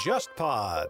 JustPod。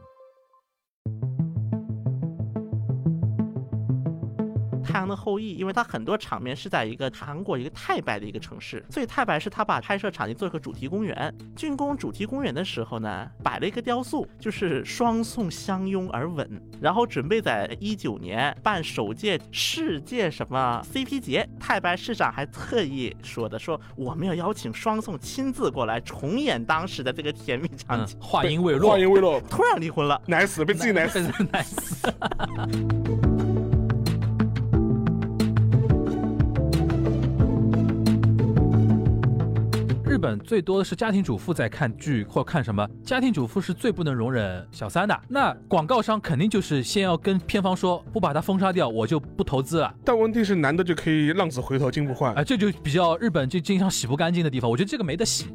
太阳的后裔，因为它很多场面是在一个韩国一个太白的一个城市，所以太白是它把拍摄场地做一个主题公园。竣工主题公园的时候呢，摆了一个雕塑，就是双宋相拥而吻，然后准备在一九年办首届世界什么 CP 节。太白市长还特意说的，说我们要邀请双宋亲自过来重演当时的这个甜蜜场嗯景。，话音未落话，音未落， 突然离婚了。奶死，被自己奶死。真是 nice。日本最多的是家庭主妇在看剧或看什么，家庭主妇是最不能容忍小三的。那广告商肯定就是先要跟片方说，不把它封杀掉，我就不投资了。但问题是，男的就可以浪子回头金不换啊，。这就比较日本就经常洗不干净的地方，我觉得这个没得洗。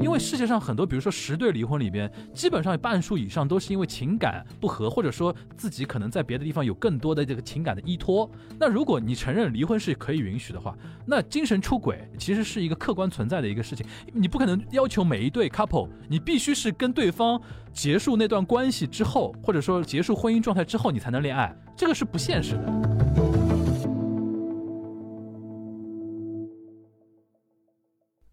因为世界上很多，比如说十对离婚里边，基本上有半数以上都是因为情感不和，或者说自己可能在别的地方有更多的这个情感的依托。那如果你承认离婚是可以允许的话，那精神出轨其实是一个客观存在的一个事情，你不可能要求每一对 couple，你必须是跟对方结束那段关系之后，或者说结束婚姻状态之后，你才能恋爱，这个是不现实的。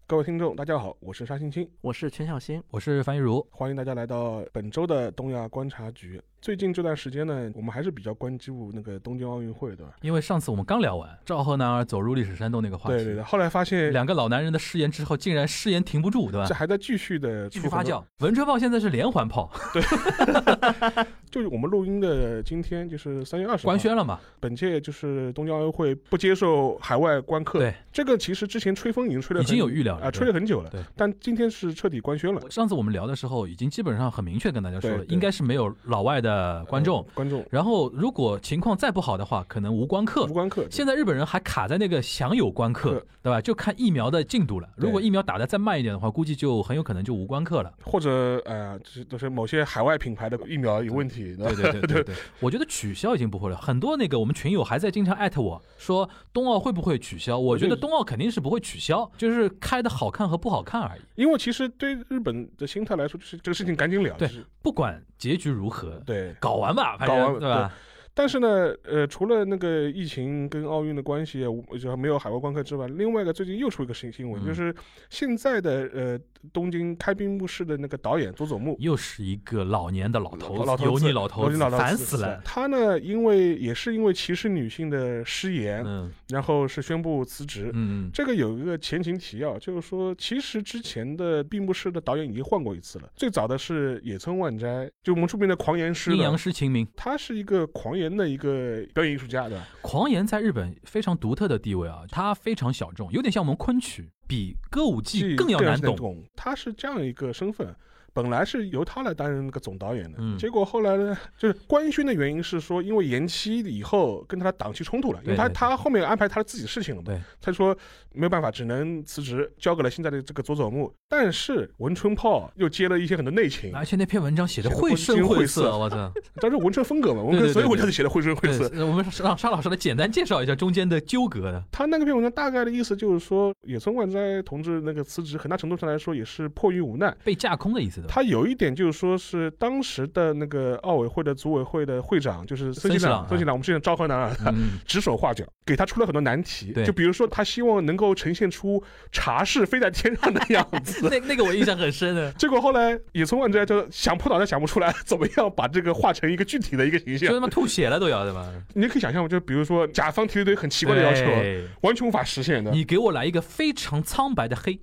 各位听众，大家好，我是沙青青，我是全小新，我是樊玉茹，欢迎大家来到本周的东亚观察局。最近这段时间呢，我们还是比较关注那个东京奥运会，对吧？因为上次我们刚聊完赵贺男儿走入历史山洞那个话题，对对对。后来发现，两个老男人的誓言之后，竟然誓言停不住，对吧这？还在继续的继续发酵，，文春炮现在是连环炮，就是我们录音的今天，就是三月二十，官宣了嘛？本届就是东京奥运会不接受海外观客。对，这个其实之前吹风已经吹了已很，经有预料啊、了。对吹了很久了。对，但今天是彻底官宣了。上次我们聊的时候，已经基本上很明确跟大家说了，对对应该是没有老外的观众。呃观众然后如果情况再不好的话，可能无观客无。观客，现在日本人还卡在那个享有观课课，对吧？就看疫苗的进度了。对如果疫苗打得再慢一点的话，估计就很有可能就无关课了。或者呃，就是就是某些海外品牌的疫苗有问题， 对吧对对对对对，我觉得取消已经不会了。很多那个我们群友还在经常艾特我说冬奥会不会取消？我觉得冬奥肯定是不会取消，就是开的好看和不好看而已。因为其实对日本的心态来说，就是这个事情赶紧了，对就是不管结局如何，对。搞完吧，反搞正完对吧？但是呢，呃，除了那个疫情跟奥运的关系，我就没有海外观客之外，另外一个最近又出一个新新闻，嗯就是现在的呃东京开闭幕式的那个导演佐佐木，又是一个老年的老头老老头子油腻老头油腻老头子烦死了。他呢因为也是因为歧视女性的失言，嗯然后是宣布辞职。嗯，嗯这个有一个前情提要，就是说，其实之前的闭幕式的导演已经换过一次了。最早的是野村万斋，就我们著名的狂言师阴了阳。师秦明。他是一个狂言的一个表演艺术家的，狂言在日本非常独特的地位啊，它非常小众，有点像我们昆曲，比歌舞伎更要难懂。懂。他是这样一个身份，本来是由他来担任那个总导演的，嗯结果后来呢， 就是官宣的原因是说，因为延期以后跟他的档期冲突了，因为他对对对他后面安排他自己的事情了嘛，对，他说没办法，只能辞职，交给了现在的这个佐佐木。但是文春炮又接了一些很多内情，而且那篇文章写的绘声绘色，啊我操！但是文春风格嘛，文对春对所以对我就是写的绘声 绘色。对，我们让沙老师来简单介绍一下中间的纠葛的。他那个篇文章大概的意思就是说，野村万斋同志那个辞职，很大程度上来说也是迫于无奈。被架空的意思对吧？他有一点就是说是当时的那个奥委会的组委会的会长，就是森森喜喜朗，朗森喜朗，我们之前昭和男儿。 嗯，指手画脚，给他出了很多难题对，就比如说他希望能够呈现出茶室飞在天上的样子， ，那那个我印象很深的结果后来野村万斋就想破脑袋想不出来怎么样把这个画成一个具体的一个形就象他。妈吐血了都要对吧？你可以想象吗，就比如说甲方提了一堆很奇怪的要求，对完全无法实现的，你给我来一个非常苍白的黑，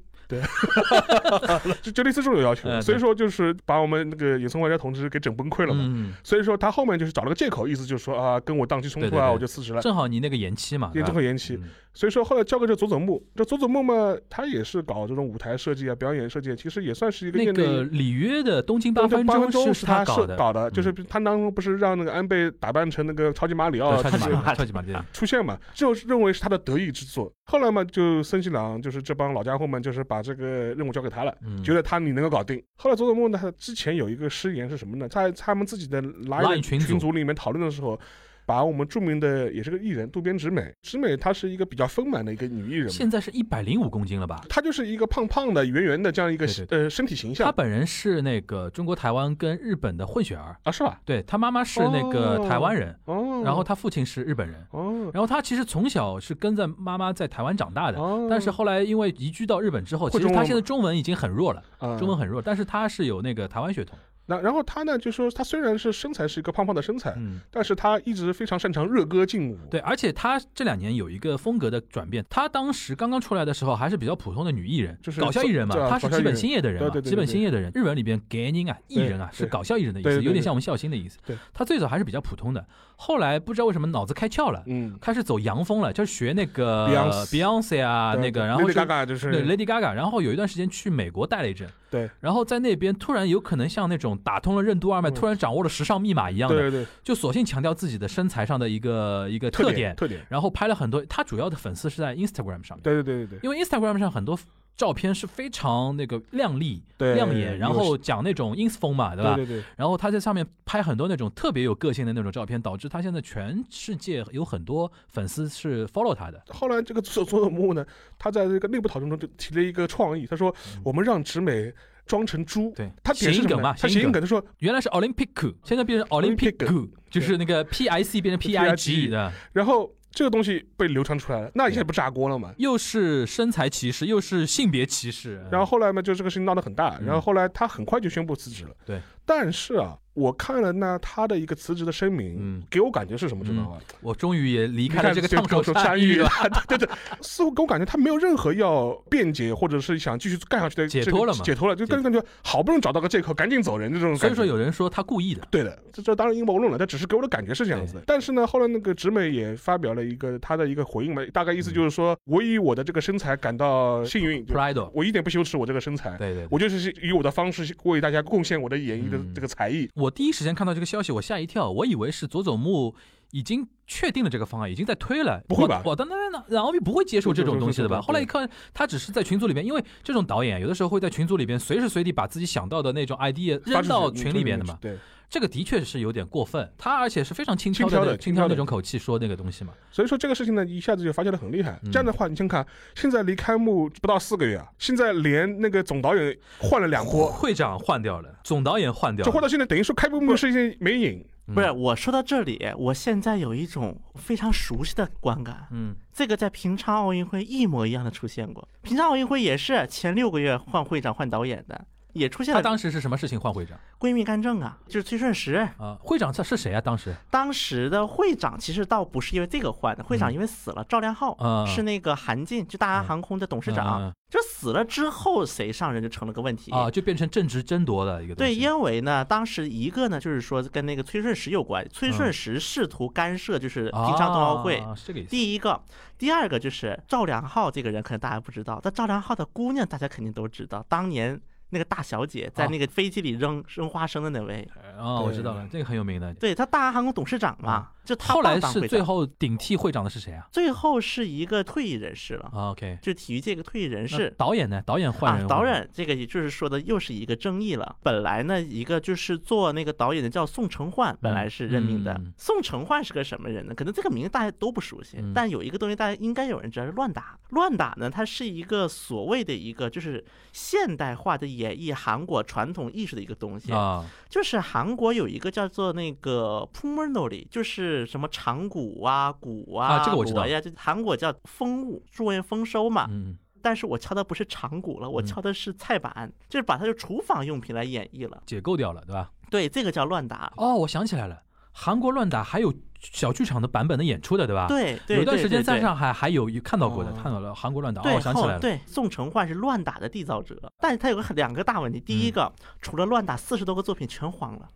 就就类似这种要求。嗯对所以说就是把我们那个野村万斋同志给整崩溃了嘛。嗯，所以说他后面就是找了个借口，意思就是说啊，跟我档期冲突啊，对对对我就辞职了。正好你那个延期嘛，也对吧正好延期，嗯所以说后来交给这佐佐木，这佐佐木嘛，他也是搞这种舞台设计啊、表演设计啊，其实也算是一个那业内个里约的东京八东分京八分钟钟是他搞是的，搞的，就是嗯他当中不是让那个安倍打扮成那个超级马里奥对超级马出里现奥超级马里奥。出现嘛，就认为是他的得意之作。后来嘛，就森喜朗就是这帮老家伙们，就是把这个任务交给他了。嗯觉得他你能够搞定。后来佐佐木呢，他之前有一个失言是什么呢？在他们自己的 Line 群组群组里面讨论的时候，把我们著名的也是个艺人渡边直美，直美她是一个比较丰满的一个女艺人嘛，现在是一百零五公斤了吧？她就是一个胖胖的、圆圆的这样一个对对呃身体形她象本人是那个中国台湾跟日本的混血儿，啊，是吧？对她妈妈是那个台湾人，哦，然后她父亲是日本人，哦，然后她其实从小是跟着妈妈在台湾长大的。哦但是后来因为移居到日本之后，会其实中文她吗现在中文已经很弱了，啊中文很弱，但是她是有那个台湾血统。那然后她呢，就说她虽然是身材是一个胖胖的身材，嗯，但是她一直非常擅长热歌劲舞。对，而且她这两年有一个风格的转变，她当时刚刚出来的时候还是比较普通的女艺人，就是搞笑艺人嘛对，啊她是搞基笑艺本人兴业的人嘛，对对对基本对兴业的人，日文里边 “gain” 啊，艺人啊对是对搞笑艺人的意对对思，对有点像我们孝心的意思对。她最早还是比较普通的，后来不知道为什么脑子开窍了，嗯，开始走洋风了，就是学那个 Beyonce Beyonce 啊，对那个，对然后 Lady 就 Gaga 就是对 Lady Gaga，然后有一段时间去美国待了一阵，对，然后在那边突然有可能像那种打通了任督二脉，嗯突然掌握了时尚密码一样的，对对就索性强调自己的身材上的一个一个特特点点，特点，然后拍了很多。他主要的粉丝是在 Instagram 上面，对对对对对，因为 Instagram 上很多照片是非常那个靓丽、对亮眼，然后讲那种 ins 风嘛，对吧？对对对，然后他在上面拍很多那种特别有个性的那种照片，导致他现在全世界有很多粉丝是 follow 他的。后来这个佐佐佐木呢，他在这个内部讨论中就提了一个创意，他说我们让直美装成猪，嗯对他点谐是音什么梗呢嘛？他谐谐音音梗，他说，原来是 Olympic，现在变成 Olympic Olympic，就是那个 P I C 变成 P I G 的，然后这个东西被流传出来了，那一下不炸锅了嘛？又是身材歧视，又是性别歧视。然后后来嘛，就这个事情闹得很大，嗯然后后来他很快就宣布辞职了。对，但是啊，我看了呢他的一个辞职的声明嗯，给我感觉是什么，知道吗？我终于也离你开了看这个这烫手手山芋芋了 了，，对对对，似乎给我感觉他没有任何要辩解或者是想继续干下去的解这脱个了嘛解脱了，就解感感觉好不容易找到个借口，赶紧走人这种感觉。所以说有人说他故意的。对的，这这当然阴谋论了，但只是给我的感觉是这样子的。但是呢，后来那个直美也发表了一个她的一个回应嘛，大概意思就是说，嗯我以我的这个身材感到幸运，就 Pride，我一点不羞耻我这个身材，对对对。我就是以我的方式为大家贡献我的演绎的嗯这个才艺。我第一时间看到这个消息，我吓一跳，我以为是佐佐木已经确定了这个方案，已经在推了。不会吧我我当当然，然后不会接受这种东西的对对对对吧？对后来一看，他只是在群组里边，因为这种导演啊有的时候会在群组里边随时随地把自己想到的那种 idea 发扔出去嗯到群里边的嘛。对，这个的确是有点过分，他而且是非常轻佻轻佻的那轻轻佻的佻那种口气说那个东西嘛。所以说这个事情呢，一下子就发酵的很厉害。嗯这样的话，你先看，现在离开幕不到四个月啊，现在连那个总导演换了两波，会长换掉了，总导演换掉就换了，到现在，等于说开幕是一件没影。嗯不是，我说到这里，我现在有一种非常熟悉的观感，嗯，这个在平昌奥运会一模一样的出现过。平昌奥运会也是前六个月换会长换导演的，也出现他了啊当时是什么事情换会长闺蜜干政啊，就是崔顺实。啊？会长他是谁啊？当时当时的会长其实倒不是因为这个换的，会长因为死了，赵亮浩、嗯啊是那个韩进，就大韩航空的董事长，嗯就死了之后谁上任就成了个问题啊，就变成政治争夺的一个东对，西。因为呢，当时一个呢，就是说跟那个崔顺实有关，崔顺实试图干涉就是平昌冬奥会，嗯啊、是这个意思。第一个，第二个就是赵良浩这个人，可能大家不知道，但赵良浩的姑娘大家肯定都知道，当年那个大小姐在啊那个飞机里扔、扔花生的那位，啊，我知道了，这个很有名的。对他大韩航空董事长嘛，就他啊后爸来当是会最长后顶替会长的是谁啊？最后是一个退役人士了，啊，OK，就体育界一个退役人那士。导演呢？导演换啊人，，导演这个也就是说的又是一个争议了。本来呢，一个就是做那个导演的叫宋承焕，本来是任命的。嗯宋承焕是个什么人呢？可能这个名字大家都不熟悉，嗯但有一个东西大家应该有人知道，是乱打。乱打呢，它是一个所谓的一个就是现代化的演绎韩国传统艺术的一个东西。啊，就是韩国有一个叫做那个 p u m e r n o l i 就是什么长鼓啊、鼓啊、啊这个我知道锣呀，就韩国叫风物，中文丰收嘛。嗯，但是我敲的不是长鼓了，我嗯敲的是菜板，就是把它的厨房用品来演绎了。解构掉了，对吧？对，这个叫乱打。哦，我想起来了，韩国乱打还有小剧场的版本的演出的，对吧？。对对，有段对时间对在对上海还有有看到过的，哦看到了韩国乱打，哦，对我想起后来了，对宋承焕是乱打的缔造者，但是他有个很两个大问题。第一嗯个，除了乱打四十多个作品全黄了；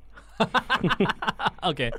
OK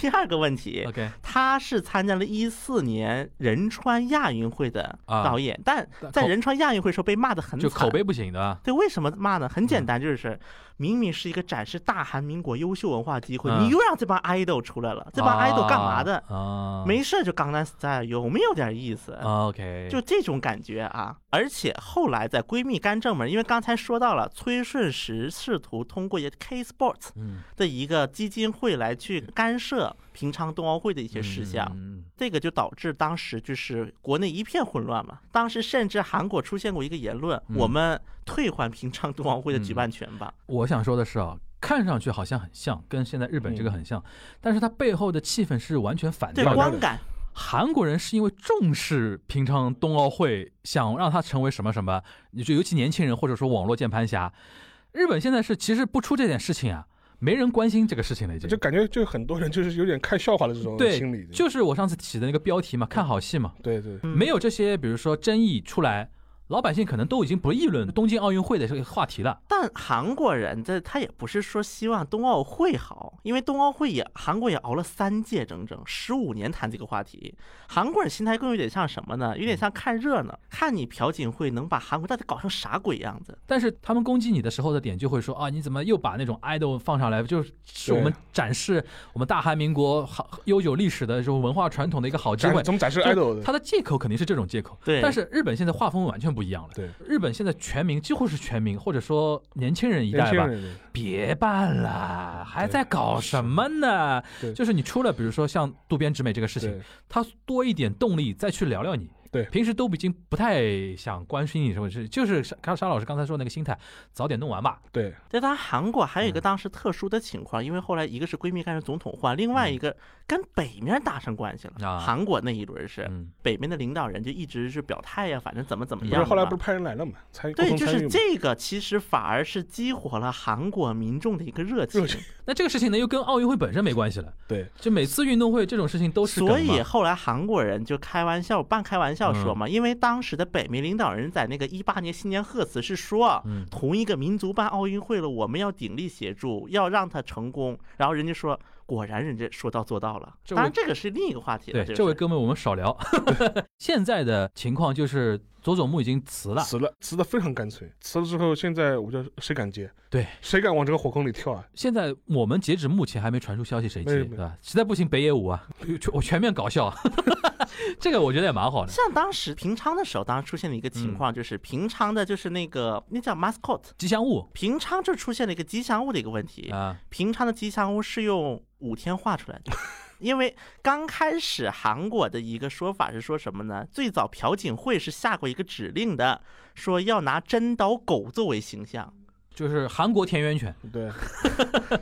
第二个问题， OK，他是参加了一四年仁川亚运会的啊导演，但在口仁川亚运会时候被骂的很就惨。口碑不行的啊，对，为什么骂呢？很简嗯单，就是明明是一个展示大韩民国优秀文化机会，你嗯又让这帮 idol 出来了，这帮 idol 干嘛的？啊？没事就刚 dance 加有没有点意思？啊 OK，就这种感觉啊！而且后来在闺蜜干正门，因为刚才说到了崔顺实试图通过一 K Sports 嗯的一一个基金会来去干涉平昌冬奥会的一些事项。嗯这个就导致当时就是国内一片混乱嘛。当时甚至韩国出现过一个言论，嗯我们退还平昌冬奥会的举办权吧。我想说的是啊，看上去好像很像，跟现在日本这个嗯很像，但是它背后的气氛是完全反对调的。观感，韩国人是因为重视平昌冬奥会，想让它成为什么什么，你就尤其年轻人或者说网络键盘侠。日本现在是其实不出这点事情啊，没人关心这个事情了已经。就感觉就很多人就是有点看笑话的这种对心理，就是我上次起的那个标题嘛，看好戏嘛，对对，嗯没有这些比如说争议出来，老百姓可能都已经不议论东京奥运会的这个话题了。但韩国人这他也不是说希望冬奥会好，因为冬奥会也韩国也熬了三届整整十五年谈这个话题。韩国人心态更有点像什么呢？有嗯点像看热闹，看你朴槿惠能把韩国到底搞成啥鬼样子。但是他们攻击你的时候的点就会说啊，你怎么又把那种 idol 放上来？就是是对我们展示我们大韩民国好悠久历史的这种文化传统的一个好机展会。怎么展示就 idol 的？他的借口肯定是这种借口，对但是日本现在画风完全不一样了。对，日本现在全民几乎是全民，或者说年轻人一年代轻吧，人的别办了，还在搞什么呢对？就是你出了，比如说像渡边直美这个事情对，他多一点动力再去聊聊你。对平时都已经不太想关心你什么事，就是沙沙老师刚才说那个心态，早点弄完吧。对对，当然韩国还有一嗯个当时特殊的情况，因为后来一个是闺蜜干成总统换，另嗯外一个跟北面搭上关系了。啊韩国那一轮是嗯，北面的领导人就一直是表态呀、反正怎么怎么不不样是的嘛。后来不是派人来了嘛，参与共对，同就参与是嘛，这个，其实反而是激活了韩国民众的一个热情。热情那这个事情呢又跟奥运会本身没关系了，对就每次运动会这种事情都是梗所以嘛后来韩国人就开玩笑，半开玩笑说嗯嘛，因为当时的北明领导人在那个一八年新年贺词是说，嗯同一个民族办奥运会了，我们要鼎力协助，要让它成功。然后人家说，果然人家说到做到了。这位当然这个是另一个话题了。对这个这位是哥们我们少聊。 现在的情况就是佐佐木已经辞了，辞了，辞的非常干脆，辞了之后，现在我叫谁敢接？对，谁敢往这个火坑里跳啊？现在我们截止目前还没传出消息谁接，没有没有对吧？实在不行北野武啊，全我全面搞笑， 这个我觉得也蛮好的。像当时平昌的时候，当时出现了一个情嗯况，就是平昌的，就是那个那叫 mascot，吉祥物平昌就出现了一个吉祥物的一个问题。啊，平常的吉祥物是用五天画出来 的，因为刚开始韩国的一个说法是说什么呢？最早朴槿惠是下过一个指令的，说要拿真岛狗作为形象，就是韩国田园犬。 对，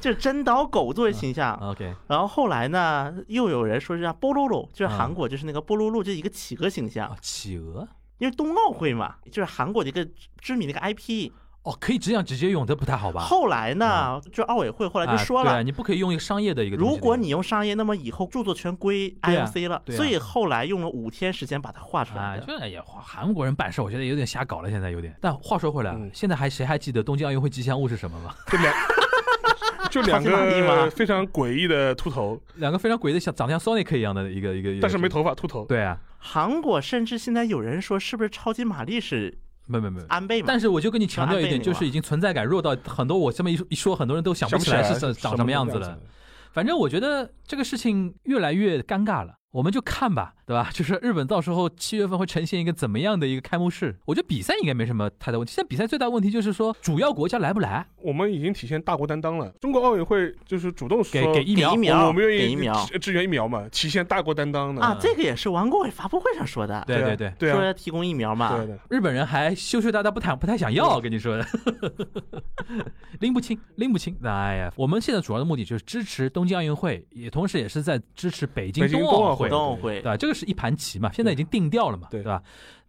就是真岛狗作为形嗯象。 OK，然后后来呢，又有人说是让波鲁鲁，就是嗯韩国就是那个波鲁鲁，就是一个企鹅形象啊，，企鹅因为冬奥会嘛，就是韩国的一个知名的一个 IP。哦，可以这样直接用，这不太好吧？嗯后来呢，就奥委会后来就说啊对了啊，，你不可以用一个商业的一个东西如的。果你用商业，那么以后著作权归对啊 IOC 了，对啊所以后来用了五天时间把它画出啊，来的。这也韩国人办事，我觉得有点瞎搞了，现在有点。但话说回来，啊嗯现在还谁还记得东京奥运会吉祥物是什么吗？ 就两就两超级玛丽吗啊个非常诡异的秃头，两个非常诡异的，像长得像 Sonic 一样的一个一个，一个但是没。头发，秃头。对啊，韩国甚至现在有人说，是不是超级玛丽是没没没。安倍嘛？但是我就跟你强调一点，就安倍那个就嘛是已经存在感弱到很多，我这么一说一说，很多人都想不不起起来来是长什么样子了了。。反正我觉得这个事情越来越尴尬了，我们就看吧，对吧？ 就是日本到时候七月份会呈现一个怎么样的一个开幕式？我觉得比赛应该没什么太大问题。现在比赛最大问题就是说主要国家来不来，我们已经体现大国担当了。中国奥委会就是主动给说给疫给苗疫。苗我们愿给意疫苗支支援疫苗嘛，体现大国担当的。啊，这个也是王国伟发布会上说的，嗯对对对啊对，对说啊，要提供疫苗对啊嘛。的。日本人还羞羞答答不谈，不太想要，跟你说的， 拎不清，拎不清。哎呀，我们现在主要的目的就是支持东京奥运会，也同时也是在支持北京北京冬冬奥奥会会冬奥会对，吧？这个是一盘棋嘛，现在已经定调了嘛，对吧？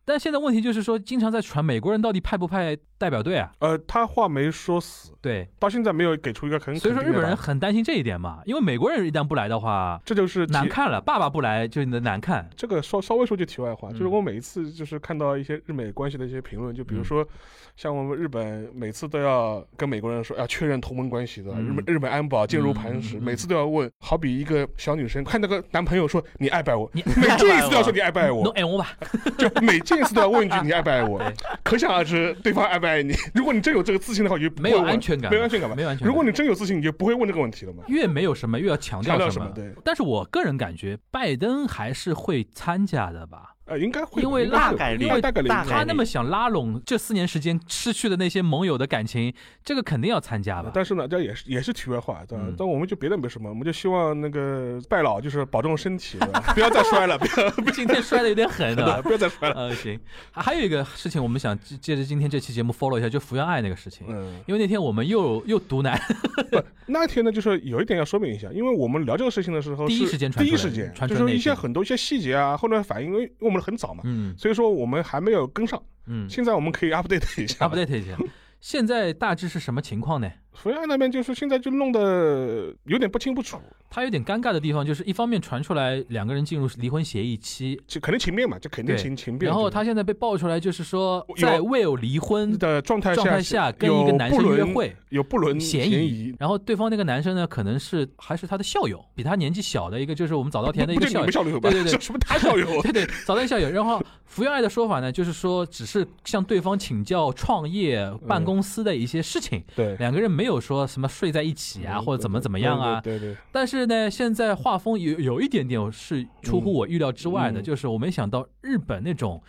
但现在问题就是说，经常在传美国人到底派不派代表队啊？呃，他话没说死，对，到现在没有给出一个很所以说肯定日本的人答案，很担心这一点嘛，因为美国人一旦不来的话，这就是难体看了，爸爸不来就难看。这个稍稍微说句题外话，就是嗯我每一次就是看到一些日美关系的一些评论，就比如说，像我们日本每次都要跟美国人说要确认同盟关系的，嗯日本日本安保坚如磐嗯石，嗯嗯每次都要问，好比一个小女生看那个男朋友说你爱不爱我， 你每见一次都要说你你爱不爱侬我，爱我吧，就每见一次都要问一句你爱不爱 我对，可想而知对方爱不爱你。如果你真有这个自信的话，你就不没会有问安全感，没有安全感吧？没有安全感。如果你真有自信，你就不会问这个问题了嘛？越没有什么，越要强强调调什什么。么对但是我个人感觉，拜登还是会参加的吧？呃，应该会因为应该会大概率因为大概率应该大会概他那率么想拉拢这四年时间失去的那些盟友的感情，这个肯定要参加吧？但是呢，这也是也是题外话，对吧？嗯但我们就别的没什么，我们就希望那个拜老就是保重身体，对吧不要再摔了，不要今天摔的有点狠，对 ？吧不要再 摔了。呃，行，还还有一个事情，我们想借借着今天这期节目 follow 一下，就福原爱那个事情，嗯，因为那天我们又又毒奶，不，那天呢，就是有一点要说明一下，因为我们聊这个事情的时候是，第一时间传第出一来时间，传就出是来说那一一些天很多一些细节啊，后来反应，因为因为我们很早嘛，嗯所以说我们还没有跟上。嗯啊现在我们可以 update 一下。 ，update 一下，现在大致是什么情况呢？福原爱那边就是现在就弄得有点不清不楚，他有点尴尬的地方就是，一方面传出来两个人进入离婚协议期，就可能情面嘛，就肯定对情情变。然后他现在被爆出来，就是说有在未有离婚的状态状态下下是跟一个男生有不约伦会有不伦嫌疑疑，，然后对方那个男生呢，可能是还是他的校友，比他年纪小的一个，就是我们早稻田的一不个就你校们友。校友吧？对对对 这什么他 校友？对对，早稻校友。然后福原爱的说法呢，就是说只是向对方请教创业办公司的一些事情，嗯 对嗯两个人没有说什么睡在一起啊，或者怎么怎么样啊。对对，对但是呢，现在画风有有一点点是出乎我预料之外的，嗯就是我没想到日本那种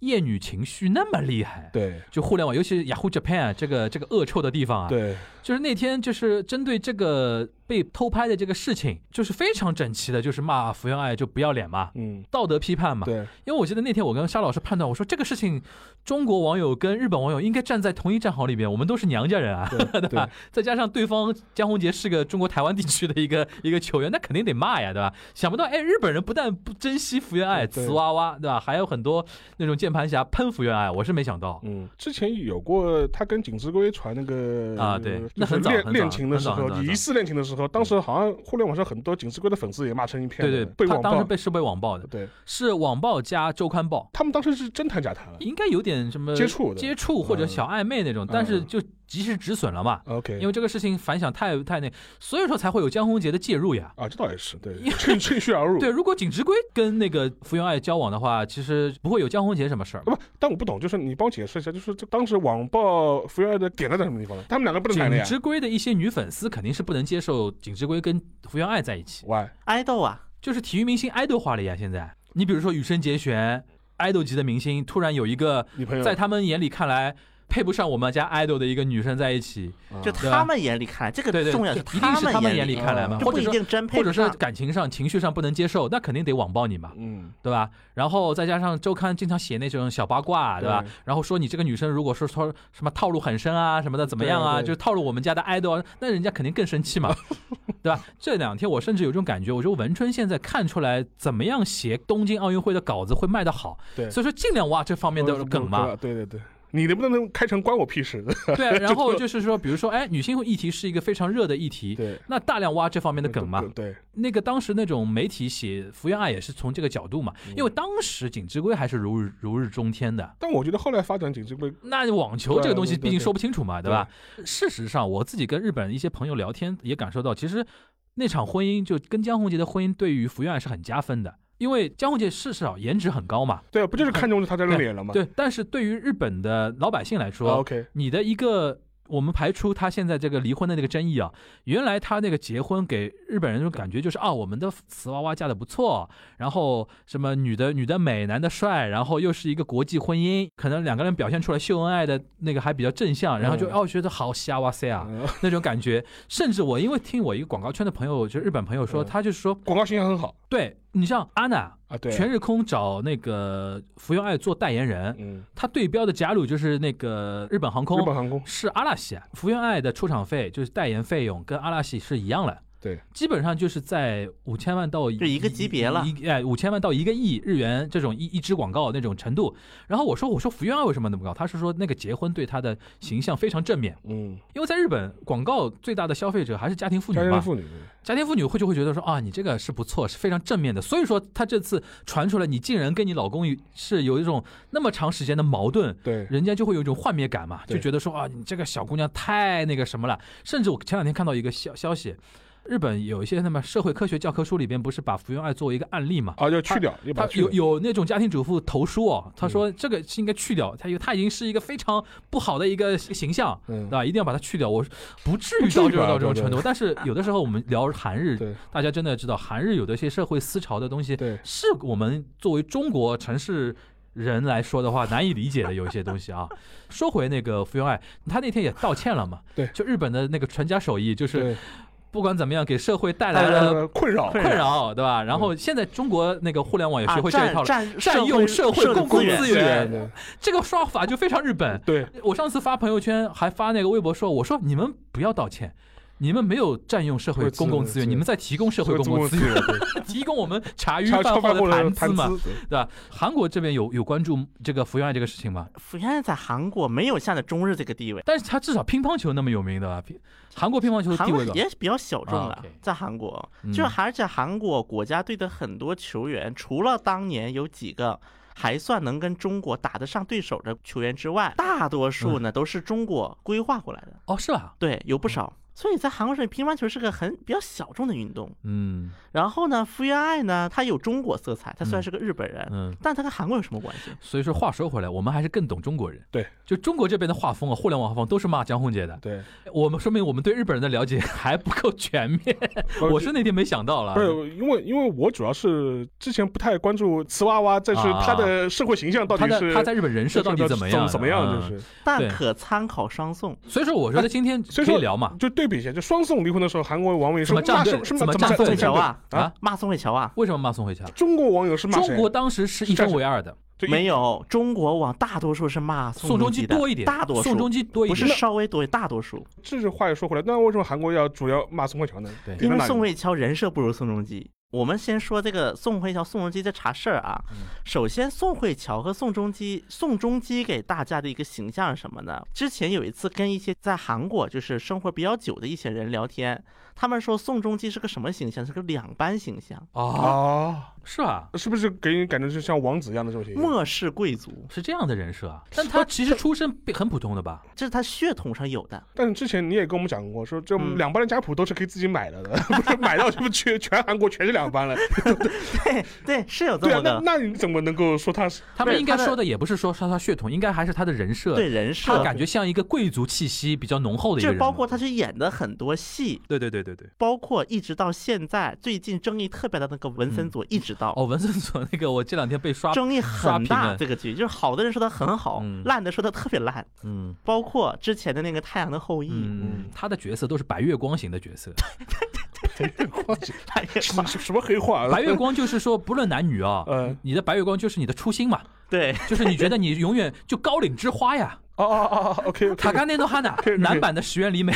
厌女情绪那么厉害。对就互联网，尤其是 Yahoo Japan 啊这个这个恶臭的地方啊，对就是那天就是针对这个被偷拍的这个事情，就是非常整齐的，就是骂福原爱就不要脸嘛，嗯，道德批判嘛。对因为我记得那天我跟沙老师判断，我说这个事情，中国网友跟日本网友应该站在同一战壕里边，我们都是娘家人啊， 对对吧？再加上对方江宏杰是个中国台湾地区的一个一个球员，那肯定得骂呀，对吧？想不到，哎，日本人不但不珍惜福原爱、对对瓷娃娃，对吧？还有很多那种键盘侠喷福原爱，我是没想到。嗯，之前有过他跟井之圭传那个啊对就是那很早恋很早恋情的时很候早，很早疑似恋情的时候，当时好像互联网上很多井之圭的粉丝也骂成一片对的，对，被他网当时暴，被是被网暴的，对是网暴加周刊报，他们当时是真谈假谈了应该有点什么接触呃的接触或者小暧昧那种，但是就及时止损了嘛。 ，OK，因为这个事情反响太太那，所以说才会有江宏杰的介入呀。啊，这倒也是对，趁趁虚而入，对，如果景之圭跟那个福原爱交往的话，其实不会有江宏杰什么事儿啊。不，但我不懂，就是你帮我解释一下，就是这当时网暴福原爱的点在什么地方呢？他们两个不能谈景恋之圭的一些女粉丝肯定是不能接受景之圭跟福原爱在一起，爱，爱豆啊，就是体育明星爱豆化了呀。现在你比如说羽生结弦，爱豆级的明星，突然有一个喂，女朋友在他们眼里看来配不上我们家爱豆的一个女生在一起，啊就对他啊们眼里看来，这对个对，重要一定他是他们眼里里看来嘛，就或不者一说定真配或不者是上。感情上、情绪上不能接受，那肯定得网暴你嘛，嗯，对吧？然后再加上周刊经常写那种小八卦，啊对吧？对然后说你这个女生如果说说什么套路很深啊什么的，怎么样啊，对对就是套路我们家的 idol，那啊人家肯定更生气 嘛，对吧？这两天我甚至有一种感觉，我觉得文春现在看出来怎么样写东京奥运会的稿子会卖得好，对所以说尽量挖这方面的梗嘛，对对对，你能不能开成关我屁事？ 对啊。然后就是说，比如说，哎，女性议题是一个非常热的议题，对，那大量挖这方面的梗嘛，对，那个当时那种媒体写福原爱也是从这个角度嘛，因嗯为当时景之圭还是如日如日中天的。但我觉得后来发展景之龟，那网球这个东西对对对毕竟说不清楚嘛，对吧？事实上，我自己跟日本一些朋友聊天也感受到，其实那场婚姻就跟江宏杰的婚姻对于福原爱是很加分的，因为江宏杰是至少颜值很高嘛，对，啊不就是看中他这张脸了吗？嗯对。但是对于日本的老百姓来啊说， ，OK，你的一个。我们排除他现在这个离婚的那个争议啊，原来他那个结婚给日本人那种感觉就是啊，我们的瓷娃娃嫁的不错，然后什么女的女的美，男的帅，然后又是一个国际婚姻，可能两个人表现出来秀恩爱的那个还比较正向，然后就嗯哦觉得好瞎哇塞啊嗯那种感觉，甚至我因为听我一个广告圈的朋友，就日本朋友说，嗯他就是说，广告形象很好对你像安娜啊，对，全日空找那个福原爱做代言人，嗯，他对标的假鲁就是那个日本航空日，本航空，是阿拉西啊，福原爱的出场费就是代言费用跟阿拉西是一样的，对，基本上就是在五千万到就一个级别了一哎五千万到一个亿日元这种一一支广告那种程度。然后我说我说福原爱为什么那么高？他是说那个结婚对她的形象非常正面，嗯，因为在日本广告最大的消费者还是家庭妇女家庭嘛，妇女，嗯家庭妇女会就会觉得说啊你这个是不错，是非常正面的。所以说她这次传出来你竟然跟你老公有是有一种那么长时间的矛盾，对，人家就会有一种幻灭感嘛，对就觉得说啊，你这个小姑娘太那个什么了。甚至我前两天看到一个消消息，日本有一些那么社会科学教科书里边不是把福原爱作为一个案例嘛？啊，要去掉，要把他它去嗯有掉。有那种家庭主妇投诉哦，他说这个是应该去掉，他有他已经是一个非常不好的一个形象，嗯对，吧？一定要把它去掉。我不至于不至于到这吧到这种对程度，但是 有的时候我们聊韩日对，大家真的知道韩日有的一些社会思潮的东西，对，是我们作为中国城市人来说的话，难以理解的有一些东西 啊。说回那个福原爱，他那天也道歉了嘛？对就日本的那个传家手艺，就是对，不管怎么样给社会带来带来了了困扰，困困扰，对吧？然后现在中国那个互联网也啊学哎会这一套占了。占占用社会公共资源资对源对这个说法就非常日本。对，我上次发朋友圈还发那个微博说，我说你们不要道歉，你们没有占用社会公共资社会资源源，你们在提供社会公共资源，源，对 提供我们茶余超饭超后发过的来谈资嘛，谈资，对吧？韩国这边有有关注这个福原爱这个事情吗？福原爱在韩国没有现在中日这个地位，但是他至少乒乓球那么有名的吧？乒韩国乒乓球的韩地国位吧？也比较小众啊了，OK，在韩国嗯就是而且韩国国家队的很多球员，除了当年有几个。还算能跟中国打得上对手的球员之外，大多数嗯呢都是中国规划过来的，哦，是吧？对，有不嗯少。所以在韩国这里，乒乓球是个很比较小众的运动。嗯然后呢，福原爱呢，她有中国色彩，她虽然嗯是个日本人，嗯。但她跟韩国有什么关系？所以说话说回来，我们还是更懂中国人。对，就中国这边的画风啊，互联网画风都是骂江宏杰的。对，我们说明我们对日本人的了解 还不够全面。呃我是那天没想到了，不是，因为因为我主要是之前不太关注瓷娃娃，但是啊他的社会形象到他底的是他在日本人设到底怎么样？怎么样？就嗯。是哎但对可参考双宋。所以说，我觉得今天可所以说以聊嘛，就对比一下，就双宋离婚的时候，韩国网友是怎么站骂队什么什怎么怎站么队宋慧站乔队啊啊骂宋慧乔啊，为什么骂宋慧乔？中国网友是骂中谁？国当时是一分为二的，就一没有中国网大多数是骂宋仲仲基的多一点，大多数宋仲基多一不点，是稍微多，大多数，这是话又说回来，那为什么韩国要主要骂宋慧乔呢？对别因的为哪里宋慧乔人设不如宋仲基。我们先说这个宋慧乔、宋仲基这茬事儿啊。首先，宋慧乔和宋仲基，宋仲基给大家的一个形象是什么呢？之前有一次跟一些在韩国就是生活比较久的一些人聊天，他们说宋仲基是个什么形象？是个两班形象，啊，啊，是吧？是不是给人感觉就像王子一样的这种形象？末世贵族，是这样的人设啊，但他其实出身很普通的吧？这是他血统上有的。但是之前你也跟我们讲过，说这嗯两班的家谱都是可以自己买的 的，不是买到什么全全韩国全是两 班了？对对，是有这对么，啊那个那你怎么能够说他是？他们对应该他的说的也不是说说他血统，应该还是他的人设，对人他设，感觉像一个贵族气息比较浓厚的一个就人物，包括他去演的很多戏，对对对对对。包括一直到现在最近争议特别大的那个文森佐，一直到哦，文森佐那个，我这两天被刷，争议刷很屏大。了这个剧就是好的人说它很好嗯，烂的说它特别烂，嗯包括之前的那个《太阳的后裔》嗯，他的角色都是白月光型的角色， 它也什么什么黑话？啊白月光就是说不论男女啊，呃，你的白月光就是你的初心嘛，对， 就是你觉得你永远就高岭之花呀，哦哦哦哦，OK 塔 OK 甘内诺哈娜，对对男版的石原里美，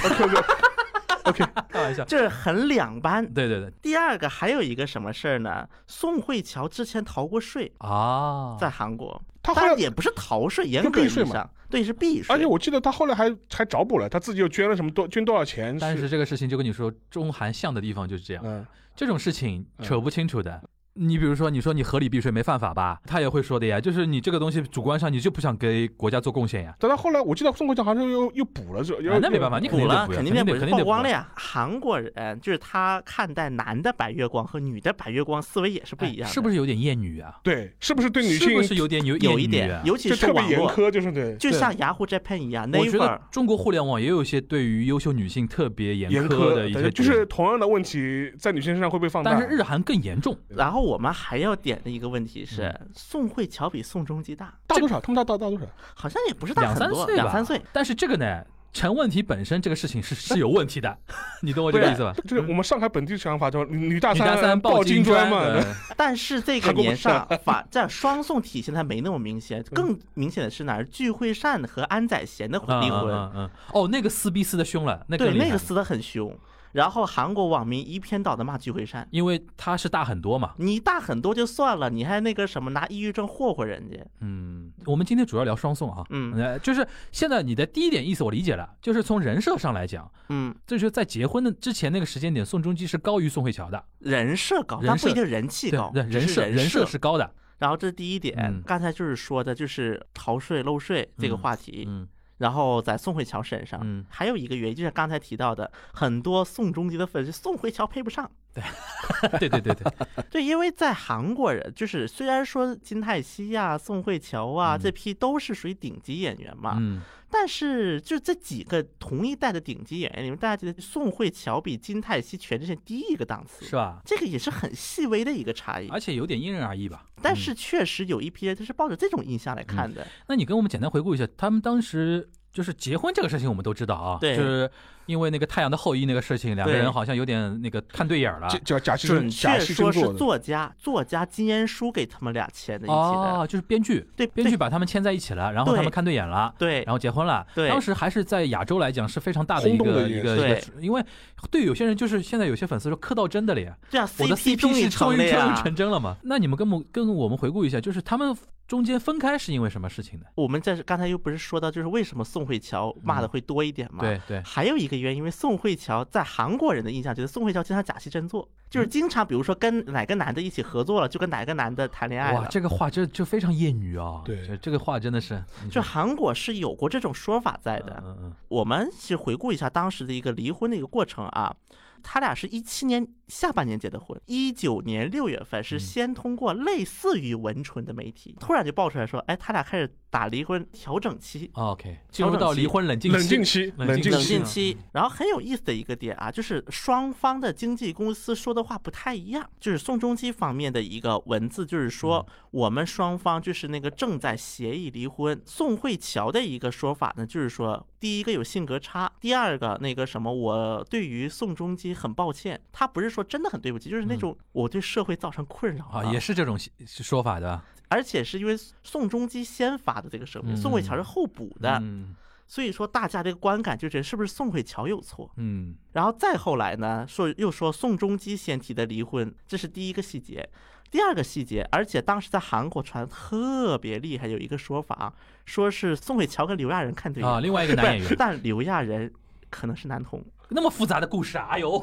OK， 开玩笑，就是很两般。对对对第二个还有一个什么事儿呢？宋慧乔之前逃过税，啊，在韩国，他后来但也不是逃税，严是格意避税义嘛上对是避税。而且我记得他后来还还找补了，他自己又捐了什么多捐多少钱？但是这个事情就跟你说，中韩像的地方就是这样，嗯，这种事情嗯扯不清楚的。你比如说，你说你合理避税没犯法吧，他也会说的呀，就是你这个东西主观上你就不想给国家做贡献呀，但他后来我记得宋慧乔好像又又补了，是吧？啊那没办法，你补肯定得了，补呀，肯肯定得得补补，肯定曝得补光了呀。呀。韩国人就是他看待男的白月光和女的白月光思维也是不一样的，哎是不是？是有点厌女啊？对，是不是对女是性不是有点有有一厌女点啊，尤其就是特别网严络，苛？就是对，就对像雅虎 Japan 一样，那我一觉会得儿中国互联网也有一些对于优秀女性特别严严苛的一些对举动，就是同样的问题在女性身上会被放大。但是日韩更严重。然后我们还要点的一个问题是，嗯宋慧乔比宋仲基大，大多少？他们大大大多少？好像也不是大两很三多，岁吧，两三岁。。但是这个呢，成问题本身这个事情是是有问题的，你懂我这个意思吧？就是我们上海本地想法，叫女啊大嗯女大三抱金砖嘛。对但是这个韩国不年是上， 反在双宋体现它没那么明显，嗯更明显的是哪儿？具惠善和安宰贤的嗯离嗯婚，嗯嗯，哦，那个撕逼撕的凶了，那更对，厉害那个撕得很凶。然后韩国网民一片倒的骂具惠善，因为他是大很多嘛。你大很多就算了，你还那个什么拿抑郁症霍霍人家，嗯，我们今天主要聊双宋啊，嗯呃，就是现在你的第一点意思我理解了，就是从人设上来讲，嗯，就是在结婚的之前那个时间点，宋仲基是高于宋慧乔的，人设高，人但不设一定人气对高，，人只人是设人设设。是高的，然后这是第一点嗯，刚才就是说的，就是逃税漏税这个嗯话题，嗯，然后再送回乔身上。 嗯还有一个原因就是刚才提到的，很多宋仲基的粉丝宋慧乔配不上，嗯对对 对对，对，因为在韩国人，就是虽然说金泰熙呀、宋慧乔啊、嗯这批都是属于顶级演员嘛，嗯，但是就这几个同一代的顶级演员里面，大家觉得宋慧乔比金泰熙、全智贤低一个档次，是吧？这个也是很细微的一个差异。而且有点因人而异吧。但嗯是确实有一批人他是抱着这种印象来看的，那你跟我们简单回顾一下，他们当时就是结婚这个事情，我们都知道啊，对就是因为那个《太阳的后裔》那个事情，两个对人好像有点那个看对眼儿了假。假假戏准真假确戏说真是做的，作家，作家金妍淑给他们俩签的一起的，哦，就是编剧，对编剧把他们牵在一起了，然后他们看对眼了。对然后结婚了，对当时还是在亚洲来讲是非常大的一轰动个的一一件个事一个，因为对有些人就是现在有些粉丝说磕到真的了呀，对啊我的，CP 是于终成了于终于呀。成真了嘛？那你们跟我跟我们回顾一下，就是他们中间分开是因为什么事情呢？我们在刚才又不是说到，就是为什么宋慧乔骂的会多一点嘛？嗯对对，还有一个原因，因为宋慧乔在韩国人的印象，觉得宋慧乔经常假戏真做，就是嗯经常比如说跟哪个男的一起合作了，就跟哪个男的谈恋爱哇，了。这个话这就非常厌女啊，对这这个话真的是，你就说韩国是有过这种说法在嗯的。嗯嗯，我们是回顾一下当时的一个离婚的一个过程啊，他俩是一七年下半年结的婚，一九年六月份是嗯先通过类似于文春的媒体突然就爆出来说，哎，他俩开始打离婚调整期，哦 OK，进入到离婚冷静期。冷静期，冷冷静冷期期静，期。然后很有意思的一个点啊，就是双方的经纪公司说的话不太一样。就是宋仲基方面的一个文字，就是说嗯我们双方就是那个正在协议离婚。宋慧乔的一个说法呢，就是说第一个有性格差，第二个那个什么，我对于宋仲基很抱歉，他不是说真的很对不起，就是那种我对社会造成困扰嗯啊，了也是这种说法的，而且是因为宋仲基先发的这个声明，宋慧乔是后补的，嗯所以说大家这个观感就觉得是不是宋慧乔有错？嗯，然后再后来呢，说又说宋仲基先提的离婚，这是第一个细节。第二个细节，而且当时在韩国传得特别厉害，有一个说法啊，说是宋慧乔跟刘亚仁看对眼啊，另外一个男演不是员，但刘亚仁可能是男同，那么复杂的故事，哎呦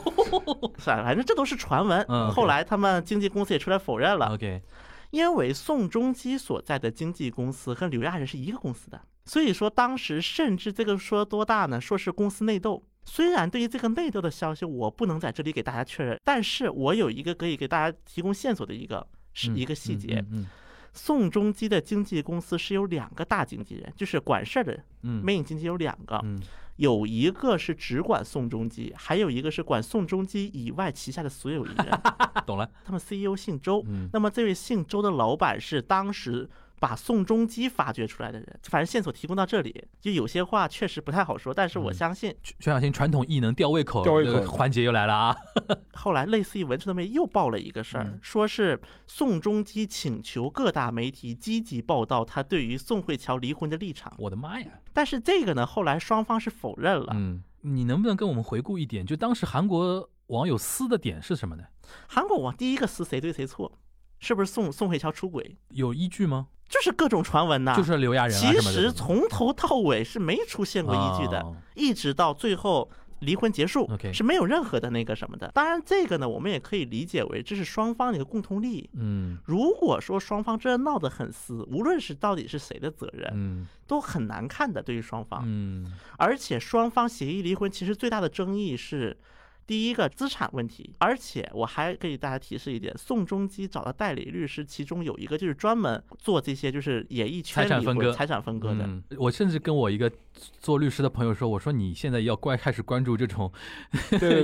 算了，反正这都是传闻。嗯，OK 后来他们经纪公司也出来否认了， ，OK，因为宋仲基所在的经纪公司跟刘亚仁是一个公司的，所以说当时甚至这个说多大呢？说是公司内斗。虽然对于这个内斗的消息，我不能在这里给大家确认，但是我有一个可以给大家提供线索的一个是嗯一个细节。，嗯宋仲基的经纪公司是有两个大经纪人，就是管事儿的嗯嗯 main 经纪有两个，嗯，有一个是只管宋仲基，还有一个是管宋仲基以外旗下的所有艺人。 懂了，他们 CEO 姓周，嗯那么这位姓周的老板是当时把宋仲基发掘出来的人，反正线索提供到这里，就有些话确实不太好说，但是我嗯相信全小新传统异能吊胃口吊胃这个口环节又来了啊，后来类似于文春的媒体又报了一个事儿，嗯说是宋仲基请求各大媒体积极报道他对于宋慧乔离婚的立场，我的妈呀，但是这个呢，后来双方是否认了。嗯，你能不能跟我们回顾一点，就当时韩国网友撕的点是什么呢？韩国网第一个撕谁对谁错，是不是宋宋慧乔出轨？有依据吗？就是各种传闻呐、就是刘亚仁啊其什么实的，从头到尾是没出现过依据的，哦一直到最后离婚结束 OK 是没有任何的那个什么的。当然，这个呢，我们也可以理解为这是双方的一个共同利益。嗯如果说双方真的闹得很撕，无论是到底是谁的责任，嗯都很难看的。对于双方，嗯而且双方协议离婚，其实最大的争议是。第一个资产问题，而且我还给大家提示一点，宋仲基找的代理律师，其中有一个就是专门做这些就是演艺圈财产离分婚割财产分割的，嗯，我甚至跟我一个做律师的朋友说，我说你现在要关开始关注这种 对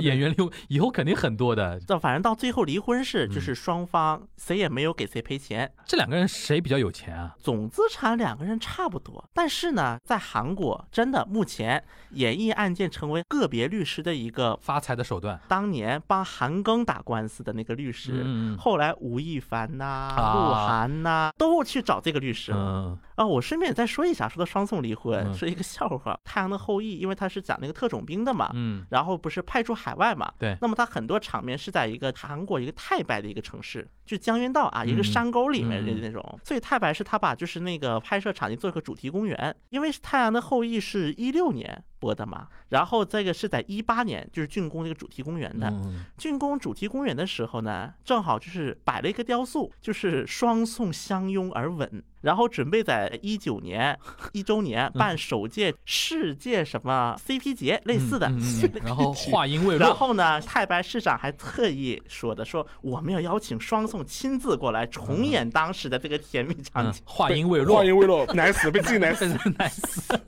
演员流，以后肯定很多的。到反正到最后离婚是，就嗯是双方谁也没有给谁赔钱，这两个人谁比较有钱啊？总资产两个人差不多。但是呢，在韩国真的目前演艺案件成为个别律师的一个，发财的手段，当年帮韩庚打官司的那个律师。嗯后来吴亦凡呐、啊鹿晗呐都去找这个律师了嗯啊！我顺便再说一下，说到双宋离婚嗯是一个笑话，《太阳的后裔》因为他是讲那个特种兵的嘛，嗯然后不是派驻海外嘛？对那么它很多场面是在一个韩国一个太白的一个城市，就江原道啊，一个嗯山沟里面的嗯那种。所以太白是他把就是那个拍摄场地做了个主题公园，因为《太阳的后裔》是一六年播的嘛，然后这个是在一八年就是竣工这个主题公园的。嗯，竣工主题公园的时候呢，正好就是摆了一个雕塑，就是双宋相拥而吻。然后准备在一九年一周年办首届世界什么 CP 节类似的嗯嗯。 嗯 嗯然后话音未然落，后呢，太白市长还特意说的，说我们要邀请双宋亲自过来重演当时的这个甜蜜场嗯景。，话音未落话，音 未落，奶死，被自己奶死。真是 nice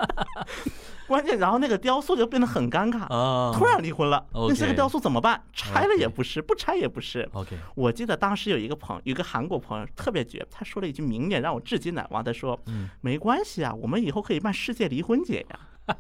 关键，然后那个雕塑就变得很尴尬， 啊！突然离婚了。那这 OK 哦个雕塑怎么办？拆了也不是，不拆也不是。 ，OK，我记得当时有一个朋有一个韩国朋友特别绝，他说了一句名言让我至今难忘。他说：“嗯没关系啊，我们以后可以办世界离婚节呀。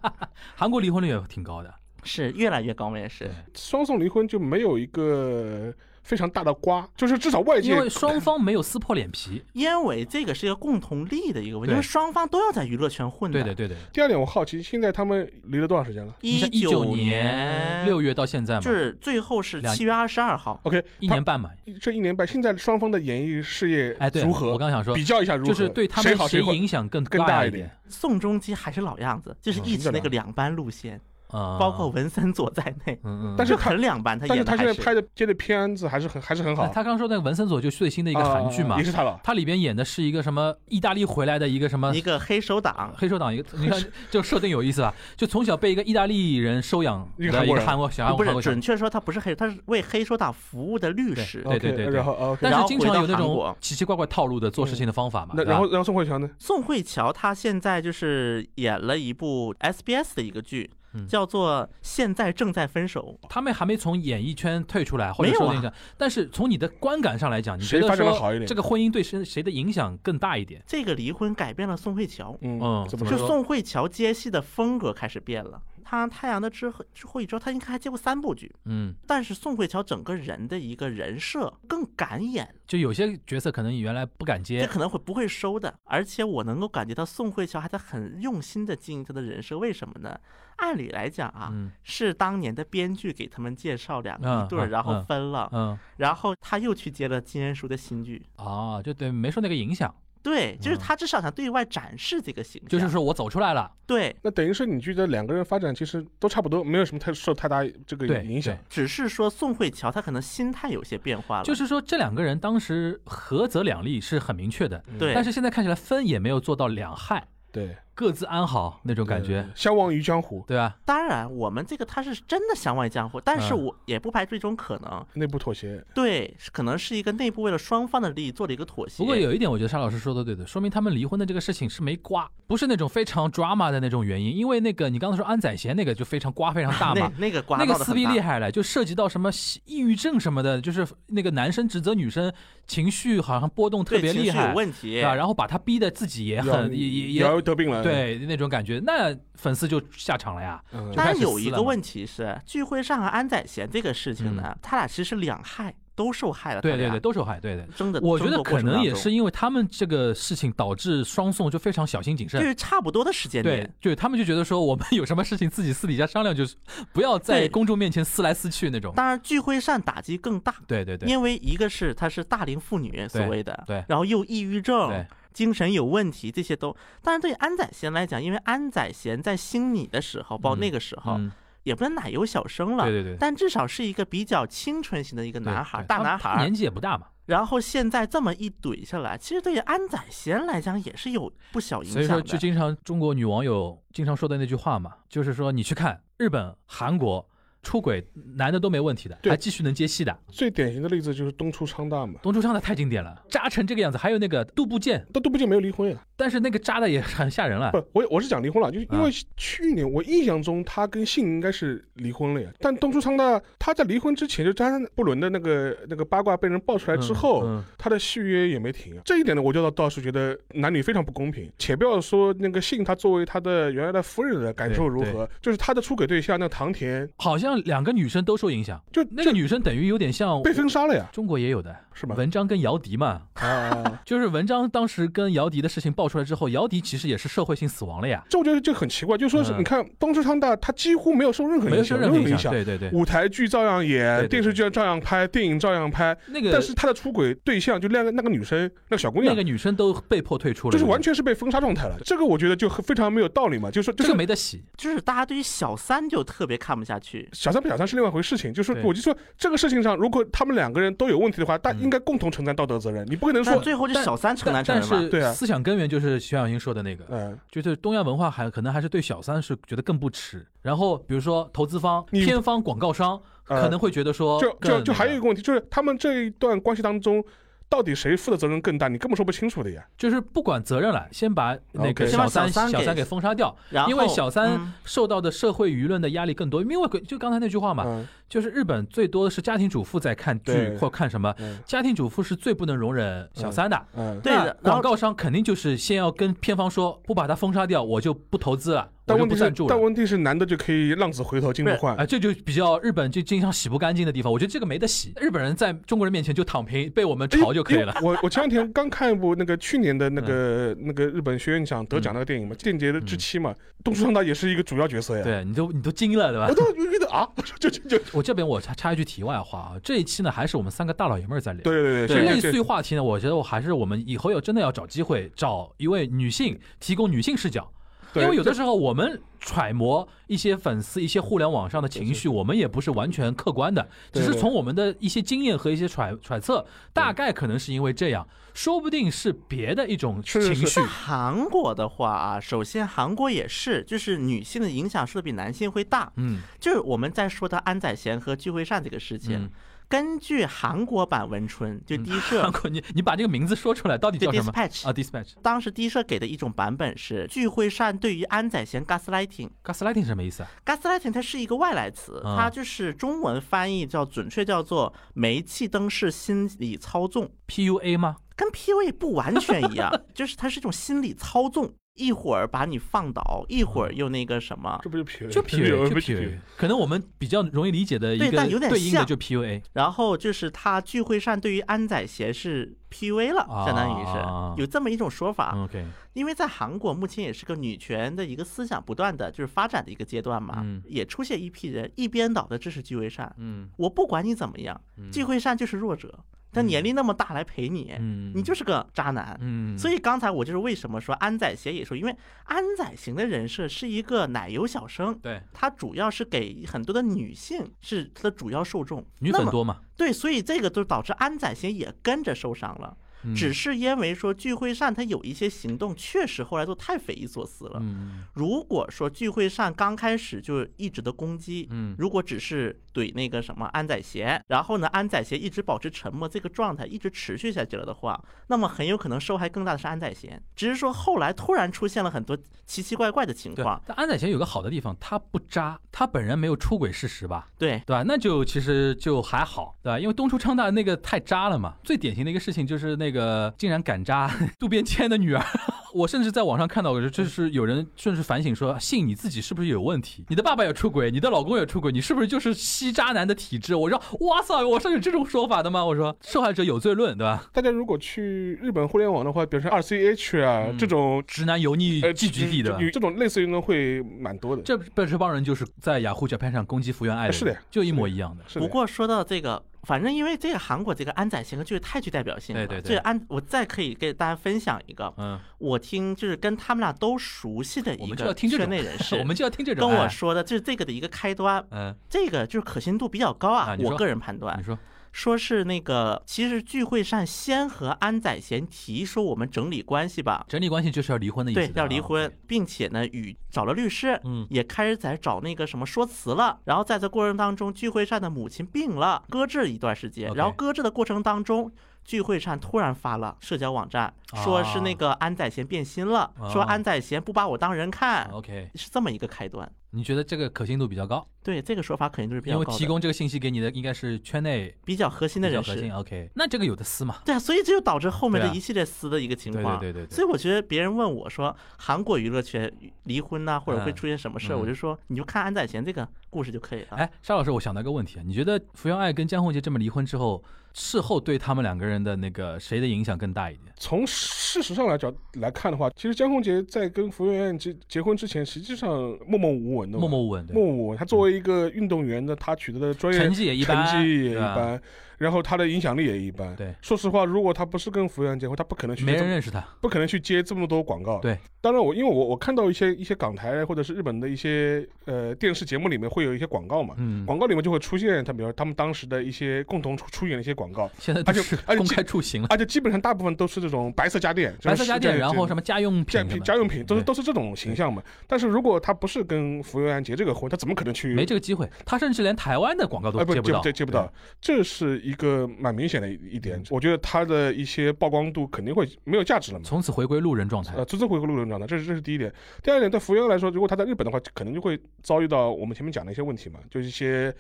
韩国离婚率也挺高的，”是越来越高，我们也是。双宋离婚就没有一个非常大的瓜，就是至少外界因为双方没有撕破脸皮。因为这个是一个共同利益的一个问题，对因为双方都要在娱乐圈混的。对的，对的。第二点，我好奇，现在他们离了多长时间了一一九年六月到现在嘛，就是最后是两七月二十二号， ？OK，一年半嘛。这一年半，现在双方的演艺事哎，业对，如我何？刚想说比，较一下如就何？是对他谁们好谁坏？影响更更大一一点。宋仲基还是老样子，就是嗯一直是的那个两班路线，啊，包括文森佐在内，嗯嗯，但是就他很两班。他但演是的他还现在是拍的接的片子还是很还是很哎好。他刚说那个文森佐就最新的一个韩剧嘛啊也，是他了。它里边演的是一个什么意大利回来的一个什么一个黑手党，黑手党一 个，你看就设定有意思吧？就从小被一个意大利人收养的一个韩国人韩国小韩不国是韩国准人，确说他不是黑，他是为黑手党服务的律师。对对 OK，对对然后啊 OK，但然是后经回常到有那韩种国奇奇怪怪套路的做事情的方法嘛。嗯对那吧然后然后宋慧乔呢？宋慧乔她现在就是演了一部 SBS 的一个剧嗯，叫做《现在正在分手》。他们还没从演艺圈退出来，或者没有说啊那个，但是从你的观感上来讲，你觉谁得发展的说好一点这？个婚姻对谁谁的影响更大一点？这个离婚改变了宋慧乔，嗯怎么就说？宋慧乔接戏的风格开始变了。她《太阳的之后之后》之后，她应该还接过三部剧，嗯，但是宋慧乔整个人的一个人设更敢演，就有些角色可能原来不敢这接，可能会不会收的。而且我能够感觉到宋慧乔还在很用心的经营她的人设，为什么呢？按理来讲啊，嗯是当年的编剧给他们介绍两个嗯一对儿，嗯然后嗯分了，嗯然后她又去接了金恩淑的新剧。啊，就对没受那个影响，对，就是嗯她至少想对外展示这个形象，就是说我走出来了，对，那等于是你觉得两个人发展其实都差不多，没有什么太受太大这个对影响对。只是说宋慧乔她可能心态有些变化了，就是说这两个人当时合则两利是很明确的，对，但是现在看起来分也没有做到两害，对，嗯各自安好那种感觉，相忘于江湖对吧？当然，我们这个他是真的想往江湖，但是嗯我也不排除一种可能，内部妥协。对，是可能是一个内部为了双方的利益做了一个妥协。不过有一点，我觉得沙老师说的对的，说明他们离婚的这个事情是没瓜，不是那种非常 drama 的那种原因。因为那个你刚才说安宰贤那个就非常瓜非常大 那嘛，那个瓜那个闹得撕很逼大厉害了，就涉及到什么抑郁症什么的，就是那个男生指责女生情绪好像波动特对别情厉绪害有，问题，啊，然后把他逼得自己也要很也也要也得病了。，对那种感觉，那粉丝就下场了呀。嗯就开但始有撕一了个嘛嗯问题是，聚会上和安宰贤这个事情呢，他俩其实两害都受害了。对他对俩对，都受害，对对。争的，我觉争得斗过可程能当也中是因为他们这个事情导致双宋就非常小心谨慎就，是差不多的时间对点。，就是他们就觉得说我们有什么事情自己私底下商量，就是不要在对公众面前撕来撕去那种。当然，聚会上打击更大，对对对因为一个是她是大龄妇女所对谓的，对然后又抑郁症，对，精神有问题，这些都。但是对安宰贤来讲，因为安宰贤在兴你的时候，包括嗯那个时候，嗯，也不能奶油小生了，对对对，但至少是一个比较清纯型的一个对男孩，对大他男他孩年。纪也不大嘛，然后现在这么一怼下来，其实对于安宰贤来讲也是有不小所影以说响就的。经常中国女网友经常说的那句话嘛，就是说你去看日本、韩国出轨男的都没问题的，对还继续能接戏的。最典型的例子就是东出昌大嘛，东出昌的太经典了，渣成这个样子，还有那个杜部健，但杜不就没有离婚呀？但是那个渣的也很吓人了。不，我我是讲离婚了，就是因啊为去年我印象中他跟信应该是离婚了呀。但东出昌大他在离婚之前，就张三不伦的那个那个八卦被人爆出来之后，嗯嗯他的续约也没停啊。这一点呢，我就倒倒是觉得男女非常不公平。且不要说那个信他作为他的原来的夫人的感受如对何，就是他的出轨对象那唐田好像两个女生都受影响，就那就个女生等于有点像被封杀了呀，中国也有的是吧？文章跟姚笛嘛，啊，就是文章当时跟姚笛的事情爆出来之后，姚笛其实也是社会性死亡了呀，这我觉得就很奇怪，就说是嗯你看东出昌大他几乎没有受任何没有影受响，任何影影响。。对对对，舞台剧照样演，对对电视剧照样拍，电影照样拍，那个但是他的出轨对象就那个那个女生，那个小姑那娘，个女生都被迫退出了，就是完全是被封杀状态了。这个我觉得就很非常没有道理嘛，就是说就这是个没得洗。就是大家对于小三就特别看不下去，小三不小三是另外一回事情，就是对我就说这个事情上，如果他们两个人都有问题的话，但嗯应该共同承担道德责任，你不可能但说，最后就但小三承担但责但任嘛。对啊是思想根源就是徐小英说的那个，嗯，就是东亚文化还可能还是对小三是觉得更不耻。然后比如说投资方、你片方、广告商呃可能嗯会觉得说就更就那就还有一个个问题，就是他们这一段关系当中，到底谁负的责任更大，你根本说不清楚的呀。就是不管责任了，先把那个 OK 先把小三小三小三给给封杀掉，然后因为小三嗯受到的社会舆论的压力更多。因为就刚才那句话嘛，嗯就是日本最多的是家庭主妇在看剧对或看什么，嗯家庭主妇是最不能容忍小三的。嗯，对那的然广后告商肯定就是先要跟片方说，不把它封杀掉，我就不投资了，我但就问不题是赞助，了但。问题是，男的就可以浪子回头金不换啊、，这就比较日本就经常洗不干净的地方。我觉得这个没得洗，日本人在中国人面前就躺平，被我们哎嘲就可以了。嗯因为我我前两天刚看一部那个去年的那个那个日本学院奖得奖那个电影嘛，《间谍的之妻》嘛，东出昌大也是一个主要角色呀。对，你都你都惊了，对吧我？都觉得啊，就就就我这边我插插一句题外话啊，这一期呢还是我们三个大老爷们儿在聊。对对对就对类对，似这于话题呢，我觉得我还是我们以后要真的要找机会找一位女性提供女性视角，对因为有的时候我们揣摩一些粉丝、一些互联网上的情绪，我们也不是完全客观的，只对是从我们的一些经验和一些揣揣测，大概可能是因为这样，说不定是别的一种是情是绪是。韩国的话啊，首先韩国也是，就是女性的影响受的比男性会大。嗯，就是我们在说到安宰贤和具惠善这个事情，嗯根据韩国版文春，就第一社 韩国，你你把这个名字说出来，到底对叫什么？ Dispatch 啊，dispatch。当时第一社给的一种版本是具惠善对于安宰贤 gaslighting。 Gaslighting 是什么意思啊？ gaslighting 它是一个外来词，啊它就是中文翻译叫准确叫做煤气灯式心理操纵， PUA 吗？跟 PUA 不完全一 样，就是它是一种心理操纵，一会儿把你放倒，一会儿又那个什么，嗯这不就 PUA 就 PUA，就 PUA PUA。可能我们比较容易理解的一对个但有点对应的像就 PUA。然后就是他聚会上对于安宰贤是 PUA 了，啊相当于是有这么一种说法。 OK，因为在韩国目前也是个女权的一个思想不断的就是发展的一个阶段嘛，嗯也出现一批人一边倒的支持聚会上，嗯我不管你怎么样，聚会上就是弱者，他年龄那么大来陪你，嗯，你就是个渣男。嗯，所以刚才我就是为什么说安宰贤也说，因为安宰贤的人设是一个奶油小生，对他主要是给很多的女性是他的主要受众，女那粉么多嘛，对，所以这个就导致安宰贤也跟着受伤了，嗯只是因为说具惠善他有一些行动确实后来都太匪夷所思了。嗯如果说具惠善刚开始就一直的攻击，嗯如果只是怼那个什么安宰贤，然后呢安宰贤一直保持沉默这个状态一直持续下去了的话，那么很有可能受害更大的是安宰贤。只是说后来突然出现了很多奇奇怪怪的情对况，。但安宰贤有个好的地方，他不渣，他本人没有出轨事实吧？对对吧？那就其实就还好，对吧？因为东出昌大那个太渣了嘛。最典型的一个事情就是那个竟然敢渣 渡边谦的女儿。 我甚至在网上看到，就是有人甚至反省说，信你自己是不是有问题？你的爸爸有出轨，你的老公有出轨，你是不是就是吸渣男的体质？我说，哇塞，我是有这种说法的吗？我说，受害者有罪论，对吧？大家如果去日本互联网的话，比如说 RCH 啊、嗯这种，直男油腻呃，聚集地，对吧？这这种类似于呢会蛮多的。这不这帮人就是在雅虎 Japan 上攻击福原爱人，是的呀就一模一样的。是的不过说到这个，反正因为这个韩国这个安宰贤就是太具代表性了，对对对所以安我再可以给大家分享一个，嗯，我听就是跟他们俩都熟悉的我一们就要个听这种 圈内人士，我们就要听这跟种。我哎，说的就是这个的一个开端，嗯，这个就是可信度比较高啊啊你，说我个人判你断说，说是那个其实聚会上先和安宰贤提说我们整理关系吧，整理关系就是要离婚的意思。对，要离啊婚，并且呢，与找了律师，嗯也开始在找那个什么说辞了。然后在这过程当中，具惠善的母亲病了，搁置一段时间。 OK 然后搁置的过程当中，具惠善突然发了社交网站，说是那个安宰贤变心了，说啊安宰贤不把我当人看，哦 OK，是这么一个开端。你觉得这个可信度比较高？对这个说法肯定就是比因较为高提的，供这个信息给你的应该是圈内比较核心的比较人核心。士。 OK，那这个有的撕嘛？对啊，所以这就导致后面的对啊一系列撕的一个情对况。对对对对所以我觉得别人问我说韩国娱乐圈离婚呐、或者会嗯出现什么事儿，嗯我就说你就看安宰贤这个故事就可以了。哎，沙老师，我想到一个问题啊，你觉得福原爱跟江宏杰这么离婚之后，事后对他们两个人的那个谁的影响更大一点？从事实上来讲来看的话，其实江宏杰在跟福原爱结结婚之前，实际上默默无闻文的嘛默默无闻，对莫文，他作为一个运动员呢，他取得的专业成绩也一般，成绩也一对吧，般，然后他的影响力也一般。对说实话，如果他不是跟服务员结婚，他不可能去没接这人么认识他。不可能去接这么多广告。对，当然我因为我我看到一些一些港台或者是日本的一些呃电视节目里面会有一些广告嘛，嗯，广告里面就会出现他比如他们当时的一些共同出出演的一些广告，现在而都且是而且公开处刑了，而且基本上大部分都是这种白色家电，白色家电，然后什么。么家用品家什品么，家用品都是对都是这种形象嘛，但是如果他不是跟福原爱结这个婚，他怎么可能去没这个机会，他甚至连台湾的广告都哎，不接不到，对，接不到，这是一个蛮明显的一一点。嗯我觉得他的一些曝光度肯定会没有价值了对，嘛。从此回归路人状态呃，。逐字回归路人状态，这是这是第一点。第二点，对福原来说，如果他在日本的话，可能就会遭遇到我们前面讲的一些问题嘛，就是一些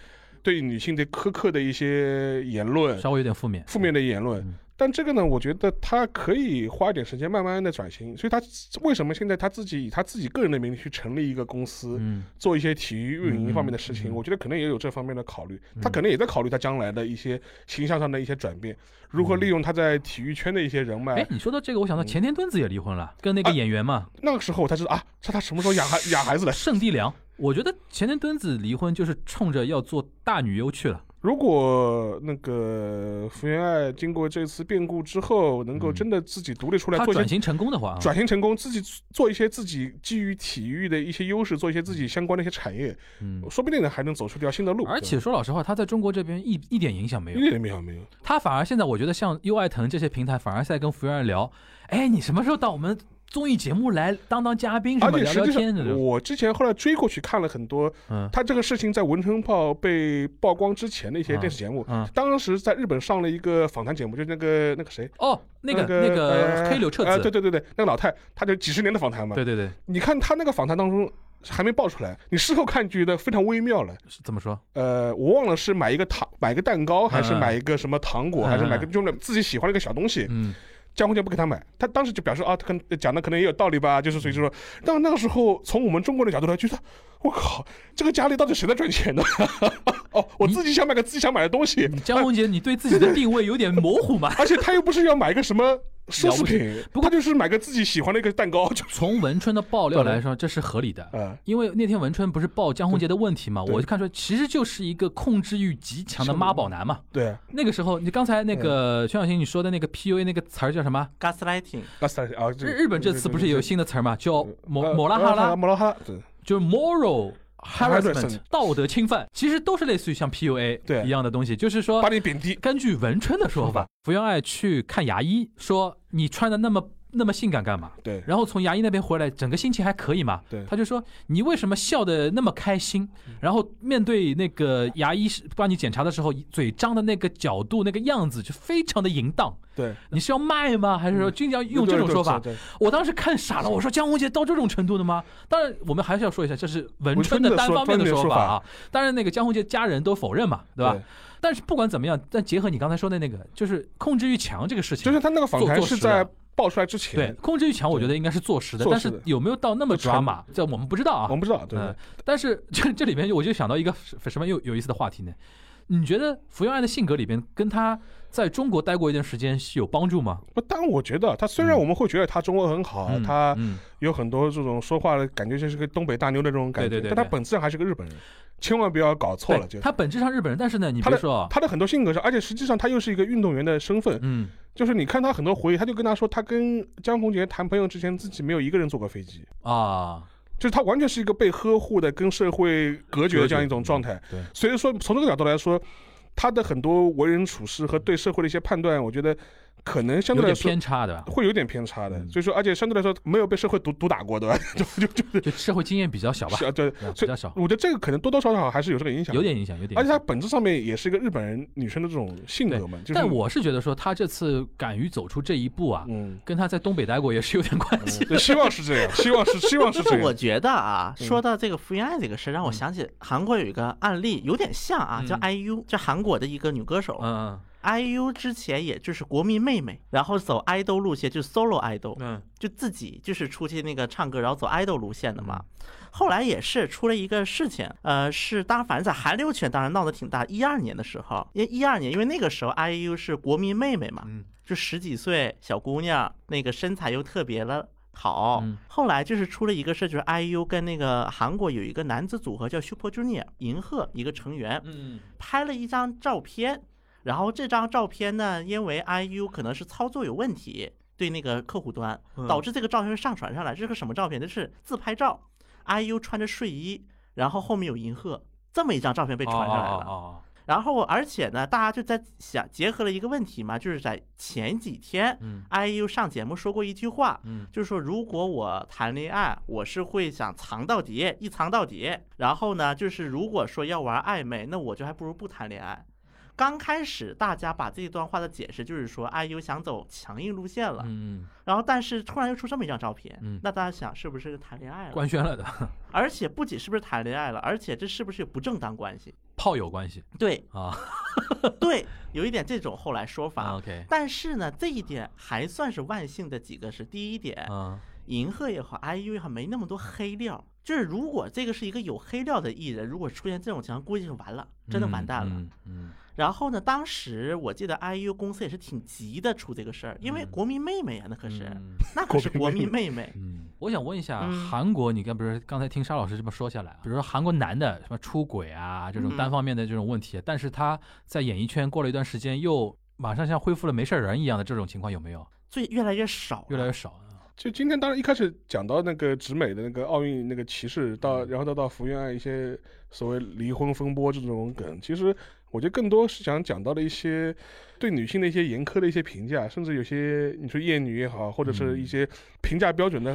对女性的苛刻的一些言论，稍微有点负面，负面的言论嗯。但这个呢，我觉得他可以花一点时间，慢慢的转型。所以他为什么现在他自己以他自己个人的名义去成立一个公司，嗯，做一些体育运营方面的事嗯情，嗯嗯我觉得可能也有这方面的考虑。他嗯可能也在考虑他将来的一些形象上的一些转变，如嗯何利用他在体育圈的一些人哎脉，。你说到这个，我想到嗯前田敦子也离婚了，跟那个啊演员嘛，那个时候他知道啊，他他什么时候养孩养孩子的？圣地良。我觉得前田敦子离婚就是冲着要做大女优去了，如果那个福原爱经过这次变故之后，能够嗯真的自己独立出来她做一转些。型成功的话啊，转型成功，自己做一些自己基于体育的一些优势，做一些自己相关的一些产业，嗯，说不定呢还能走出一条新的路。而且说老实话，她在中国这边一一点影响没有对吧一，点没有没有，他反而现在我觉得像优爱腾这些平台，反而在跟福原爱聊，哎，你什么时候到我们综艺节目来当当嘉宾什而么且聊实聊际天上，的？我之前后来追过去看了很多嗯他这个事情在文春报被曝光之前的一些电视节目，嗯，当时在日本上了一个访谈节目，就是那个那个谁，哦，那个那那个呃黑柳彻呃子，对对对对，那个老太，她就几十年的访谈嘛。对对对，你看她那个访谈当中还没爆出来，你事后看觉得非常微妙了。是怎么说？呃，我忘了是买一个糖，买一个蛋糕，还是嗯嗯买一个什么糖果，还是买个嗯就是自己喜欢的一个小东西。嗯，江宏杰不给他买，他当时就表示啊，他可能讲的可能也有道理吧，就是所以就说，但那个时候从我们中国的角度来，觉得我靠，这个家里到底谁在赚钱呢？ 哦，我自己想买个自己想买的东西，？江宏杰，你对自己的定位有点模糊嘛而且他又不是要买一个什么奢侈品，不过他就是买个自己喜欢的一个蛋糕， 就 从文春的爆料来说，这是合理的。呃，因为那天文春不是爆江宏杰的问题嘛，对我就看出来其实就是一个控制欲极强的妈宝嗯男嘛。对啊，那个时候，你刚才那个全小新你说的那个 PUA 那个词儿叫什么？ gaslighting，啊三啊，这日日本这次不是也有新的词儿嘛，叫抹抹拉哦哈拉呃，摩拉哈拉，对就是 moral harassment Harassment 道德侵犯，其实都是类似于像 PUA 对一样的东西，就是把说，你贬低，根据文春的说法，福原爱去看牙医，说你穿的那么那么性感干嘛？对然后从牙医那边回来，整个心情还可以嘛？对他就说你为什么笑的那么开心？然后面对那个牙医是帮你检查的时候，嘴张的那个角度、那个样子就非常的淫荡。对，你是要卖吗？还是说经常嗯用这种说法？对，对对我当时看傻了，我说江宏杰到这种程度的吗？当然，我们还是要说一下，这是文春的单方面的说法啊。当然，那个江宏杰家人都否认嘛，对吧？对但是不管怎么样，但结合你刚才说的那个，就是控制欲强这个事情，就像他那个访谈做是做实了在爆出来之对前，控制欲强，我觉得应该是坐实的，坐但实是的有没有到那么就传抓马，这我们不知道啊我。们不知道，对，嗯，但是这这里面我就想到一个什什么有有意思的话题呢？你觉得福原爱的性格里边跟她在中国待过一段时间是有帮助吗？不，但我觉得他虽然嗯我们会觉得他中文很好，嗯他嗯有很多这种说话的感觉，就是个东北大妞的这种感觉，对对对对但他本质上还是个日本人，千万不要搞错了。对就她本质上日本人，但是呢，你她别的说啊，他的很多性格上，而且实际上他又是一个运动员的身份，嗯，就是你看他很多回忆，他就跟他说，他跟江宏杰谈朋友之前，自己没有一个人坐过飞机。啊，就是他完全是一个被呵护的、跟社会隔绝的这样一种状态。嗯对，所以说从这个角度来说，他的很多为人处事和对社会的一些判断，我觉得可能相有对来点说偏差 的吧，会有点偏差的嗯。所以说，而且相对来说没有被社会毒毒打过，对吧？就就就就社会经验比较小吧 是，啊，对对，吧比所以较少，我觉得这个可能多多少少还是有这个影响，有。点影响，有点而影且响。她本质上面也是一个日本人女生的这种性格嘛，就是但我是觉得说她这次敢于走出这一步啊， 嗯，跟她在东北待过也是有点关系。对，希望是这样，希望是希望是但 这是我样。觉得啊，嗯说到这个福原爱这个事，让我想起韩国有一个案例，有点像啊，叫嗯 IU，叫韩国的一个女歌手。 嗯 IU 之前也就是国民妹妹，然后走爱豆路线，就是 solo 爱豆，嗯就自己就是出去那个唱歌，然后走爱豆路线的嘛。嗯后来也是出了一个事情，呃，是当然反正在韩流圈当然闹得挺大。一二年的时候，因为一二年，因为那个时候 IU 是国民妹妹嘛，嗯就十几岁小姑娘，那个身材又特别了。好，嗯后来就是出了一个事，就是 IU 跟那个韩国有一个男子组合叫 Super Junior 银赫一个成员嗯拍了一张照片，然后这张照片呢，因为 IU 可能是操作有问题，对那个客户端嗯导致这个照片上传上来，这是个什么照片？这是自拍照，IU 穿着睡衣，然后后面有银赫，这么一张照片被传上来了。哦然后而且呢，大家就在想结合了一个问题嘛，就是在前几天嗯，IU 上节目说过一句话，嗯就是说如果我谈恋爱，我是会想藏到底，一藏到底。然后呢，就是如果说要玩暧昧，那我就还不如不谈恋爱。刚开始大家把这一段话的解释就是说，IU 想走强硬路线了，嗯然后但是突然又出这么一张照片，嗯那大家想是不是谈恋爱嗯，了？官宣了的 而且不仅是不是谈恋爱了，而且这是不是有不正当关系？炮友关系对， 啊对，有一点这种后来说法。 ，OK，但是呢，这一点还算是万幸的几个是，第一点，嗯银赫也好，IU 也好，没那么多黑料。就是如果这个是一个有黑料的艺人，如果出现这种情况，估计就完了，真的完蛋了。嗯嗯然后呢，当时我记得 IU 公司也是挺急的出这个事儿，因为嗯国民妹妹啊呀、那可嗯是、嗯那可是国民妹妹。嗯，我想问一下，嗯韩国你刚不是刚才听沙老师这么说下来啊，比如说韩国男的什么出轨啊这种嗯单方面的这种问题，但是他在演艺圈过了一段时间，又马上像恢复了没事儿人一样的这种情况有没有？最越来越少了，越来越少啊了。就今天当然一开始讲到那个直美的那个奥运那个歧视，嗯到然后再到福原爱一些所谓离婚风波这种梗，其实我觉得更多是想讲到的一些对女性的一些严苛的一些评价，甚至有些你说厌女也好，或者是一些评价标准的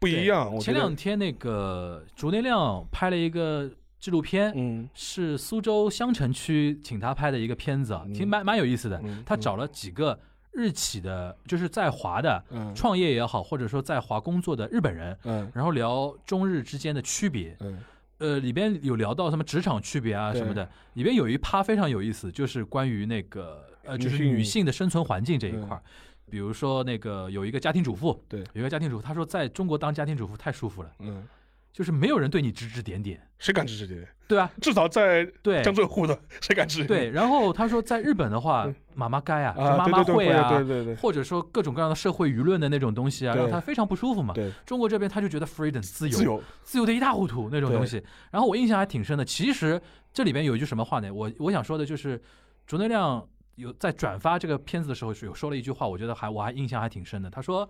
不一样。我觉嗯前得两，天那个竹内亮拍了一个纪录片，嗯是苏州襄城区请他拍的一个片子啊，嗯挺蛮蛮有意思的。嗯，他找了几个日企的，就是在华的嗯创业也好，或者说在华工作的日本人，嗯然后聊中日之间的区别。嗯呃，里边有聊到什么职场区别啊对什么的，里边有一趴非常有意思，就是关于那个呃，女就是性女性的生存环境这一块儿。比如说那个有一个家庭主妇，对有一个家庭主妇，她说在中国当家庭主妇太舒服了，嗯，就是没有人对你指指点点，谁敢指指点？对吧？至少在对江浙沪的，谁敢 指指对。点？然后她说在日本的话嗯，妈妈该啊，啊，就妈妈对对对会会啊，对对对或者说各种各样的社会舆论的那种东西啊，对让她非常不舒服嘛。对，中国这边她就觉得 freedom 自由，自由，自由的一塌糊涂那种东西。然后我印象还挺深的。其实这里边有一句什么话呢？我我想说的就是，竹内亮有在转发这个片子的时候是有说了一句话，我觉得还我还印象还挺深的。他说，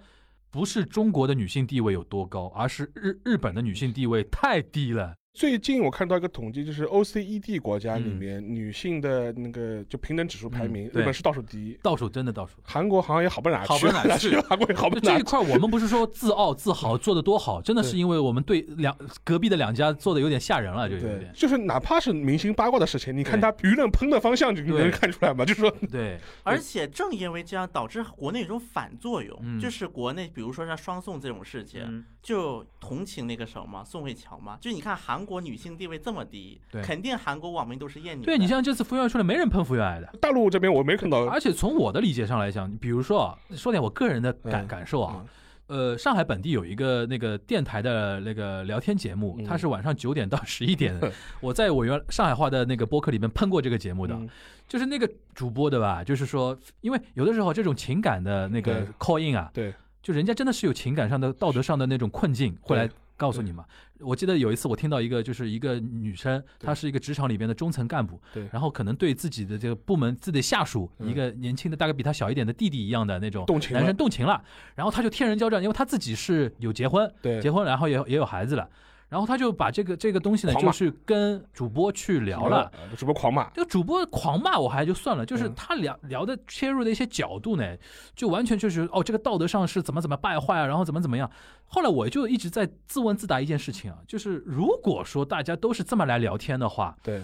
不是中国的女性地位有多高，而是日日本的女性地位太低了。最近我看到一个统计，就是 OECD 国家里嗯面女性的那个就平等指数排名，嗯对日本是倒数第一，倒数真的倒数。韩国好像也好不到哪好去，不到哪 去韩国也好不就到哪这一去。块，我们不是说自傲自豪做的多好，真的是对因为我们对两隔壁的两家做的有点吓人了，就有对点，就是哪怕是明星八卦的事情，你对看他舆论喷的方向，你对能看出来吗？就是说，对， 而且正因为这样，导致国内有一种反作用，嗯就是国内比如说像双宋这种事情，嗯就同情那个什么宋慧乔嘛，就你看韩国女性地位这么低对，肯定韩国网民都是厌女的。对你像这次福原爱出来，没人喷福原爱的，大陆这边我没看到，而且从我的理解上来讲，比如说啊，说点我个人的感、嗯感受啊，呃，上海本地有一个那个电台的那个聊天节目，嗯它是晚上九点到十一 点的。我在我原上海话的那个播客里面喷过这个节目的，嗯就是那个主播的吧，就是说，因为有的时候这种情感的那个对 call in 啊，对，就人家真的是有情感上的、道德上的那种困境，会来对告诉你嘛。我记得有一次我听到一个，就是一个女生，对她是一个职场里边的中层干部，对然后可能对自己的这个部门、自己的下属，嗯一个年轻的大概比她小一点的弟弟一样的那种动情男了生动情了，然后她就天人交战，因为她自己是有结婚，对结婚然后也有也有孩子了，然后她就把这个这个东西呢，狂就骂是跟主播去聊了。，主播狂骂，这个主播狂骂我还就算了，就是嗯他聊聊的切入的一些角度呢，就完全就是哦，这个道德上是怎么怎么败坏啊，然后怎么怎么样。后来我就一直在自问自答一件事情啊，就是如果说大家都是这么来聊天的话，对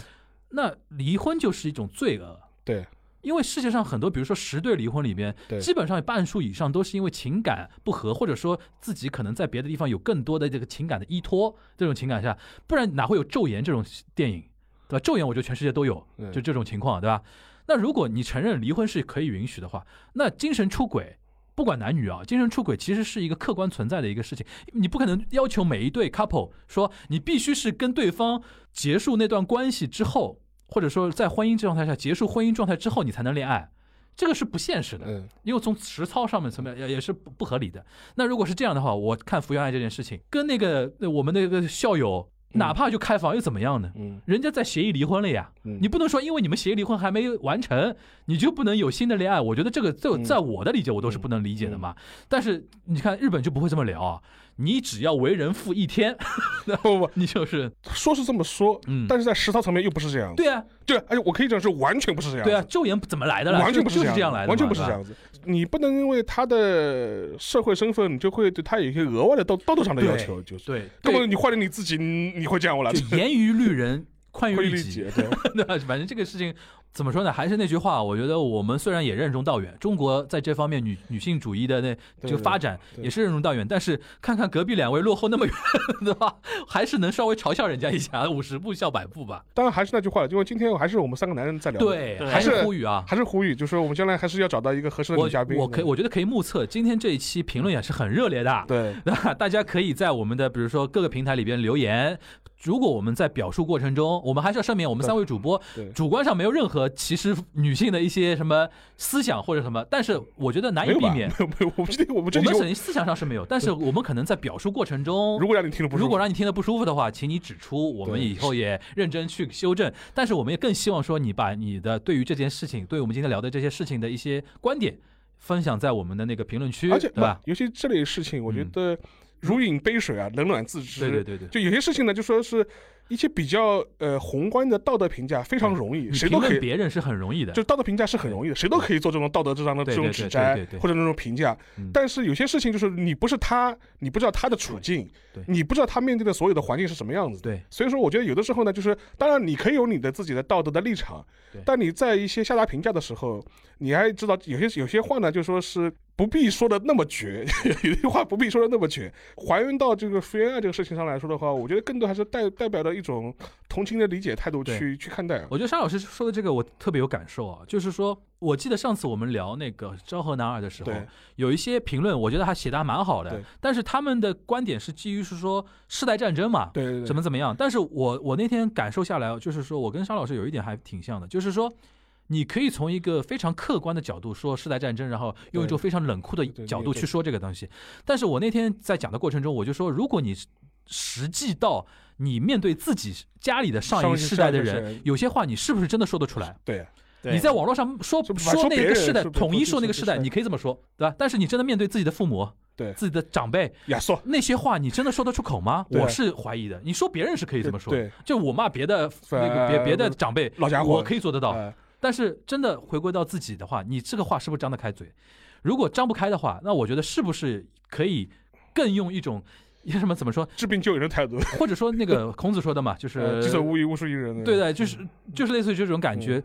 那离婚就是一种罪恶。啊对因为世界上很多，比如说十对离婚里边，对基本上有半数以上都是因为情感不和，或者说自己可能在别的地方有更多的这个情感的依托，这种情感下，不然哪会有《昼颜》这种电影，对吧？《昼颜》我觉得全世界都有嗯，就这种情况，对吧？那如果你承认离婚是可以允许的话，那精神出轨。不管男女啊，精神出轨其实是一个客观存在的一个事情，你不可能要求每一对 couple 说你必须是跟对方结束那段关系之后，或者说在婚姻状态下结束婚姻状态之后，你才能恋爱。这个是不现实的，嗯，因为从实操上面层面也也是不不合理的。那如果是这样的话，我看福原爱这件事情，跟那个呃我们那个校友，嗯哪怕就开房又怎么样呢？嗯人家在协议离婚了呀，嗯你不能说因为你们协议离婚还没完成，你就不能有新的恋爱。我觉得这个在嗯在我的理解，我都是不能理解的嘛。但是你看日本就不会这么聊啊，你只要为人父一天，不不不，你就是说是这么说，嗯但是在实操层面又不是这样子。对啊对，而且我可以讲是完全不是这样子。对啊，救援怎么来的了？完全不就是是这样子来的嘛，完全不是对这吧样子。你不能因为他的社会身份，你就会对他有一些额外的道道德上的要求，就是。对，根对本你换了你自己，你你会这样我来就严于律人，宽于会理律己解。。对， 对吧？反正这个事情怎么说呢？还是那句话，我觉得我们虽然也任重道远，中国在这方面女女性主义的那对这个发展对也是任重道远，但是看看隔壁两位落后那么远， 对吧？还是能稍微嘲笑人家一下，五十步笑百步吧。当然还是那句话了，因为今天还是我们三个男人在聊，，对，对还还是是呼吁啊。还是呼吁，就是说我们将来还是要找到一个合适的我女嘉宾。我可以我觉得可以目测，今天这一期评论也是很热烈的，对 那大家可以在我们的比如说各个平台里边留言。如果我们在表述过程中，我们还是要声明，我们对三位主播对主观上没有任何歧视女性的一些什么思想或者什么，但是我觉得难没以有避吧？没免。 有没有，我们这我们这我里们肯定思想上是没有，但是我们可能在表述过程中如，果让你听了不舒服，如果让你听得不舒服的话，请你指出，我们对以后也认真去修正。但是我们也更希望说，你把你的对于这件事情，对我们今天聊的这些事情的一些观点，分享在我们的那个评论区，而且对吧？嗯尤其这类事情，我觉得如饮杯水啊，冷暖自知。对对对对。就有些事情呢，就说是一些比较呃宏观的道德评价非常容易，嗯你谁评都可论以别人是很容易的，就道德评价是很容易的，谁都可以做这种道德之上的这对种对指对摘对对对或者那种评价嗯。但是有些事情就是你不是他，你不知道他的处境对，对你不知道他面对的所有的环境是什么样子的。对所以说，我觉得有的时候呢，就是当然你可以有你的自己的道德的立场对，但你在一些下达评价的时候，你还知道有些有些话呢，就说是不必说的那么绝， 有些话不必说的那么绝。还原到这个福原爱这个事情上来说的话，我觉得更多还是代代表了一种同情的理解态度对去去看待啊。我觉得沙老师说的这个我特别有感受啊，就是说，我记得上次我们聊那个昭和男二的时候对，有一些评论，我觉得他写的还蛮好的对，但是他们的观点是基于是说世代战争嘛，对对对，怎么怎么样。但是我我那天感受下来，就是说我跟沙老师有一点还挺像的，就是说。你可以从一个非常客观的角度说世代战争，然后用一种非常冷酷的对角你度也去说这个东西。但是我那天在讲的过程中，我就说，如果你实际到你面对自己家里的上上一一世世代的代的人人，有些话你是不是真的说得出来？对。对你在网络上说说说那别个人世代，是不是统一说说那个是世不是代，你可以这么说，对吧？但是你真的面对自己的父母，对自己的长辈，亚瑟，那些话你真的说得出口吗？对我是怀疑的。你说别人是可以这么说，对，就我骂别的那个别呃别的长辈，老家伙我可以做得到。呃但是真的回归到自己的话，你这个话是不是张得开嘴？如果张不开的话，那我觉得是不是可以更用一种一个什么怎么说， 治病救人的态度，或者说那个孔子说的嘛，就是 呃己所无欲，勿施于人。对，的，就是嗯就是类似于这种感觉。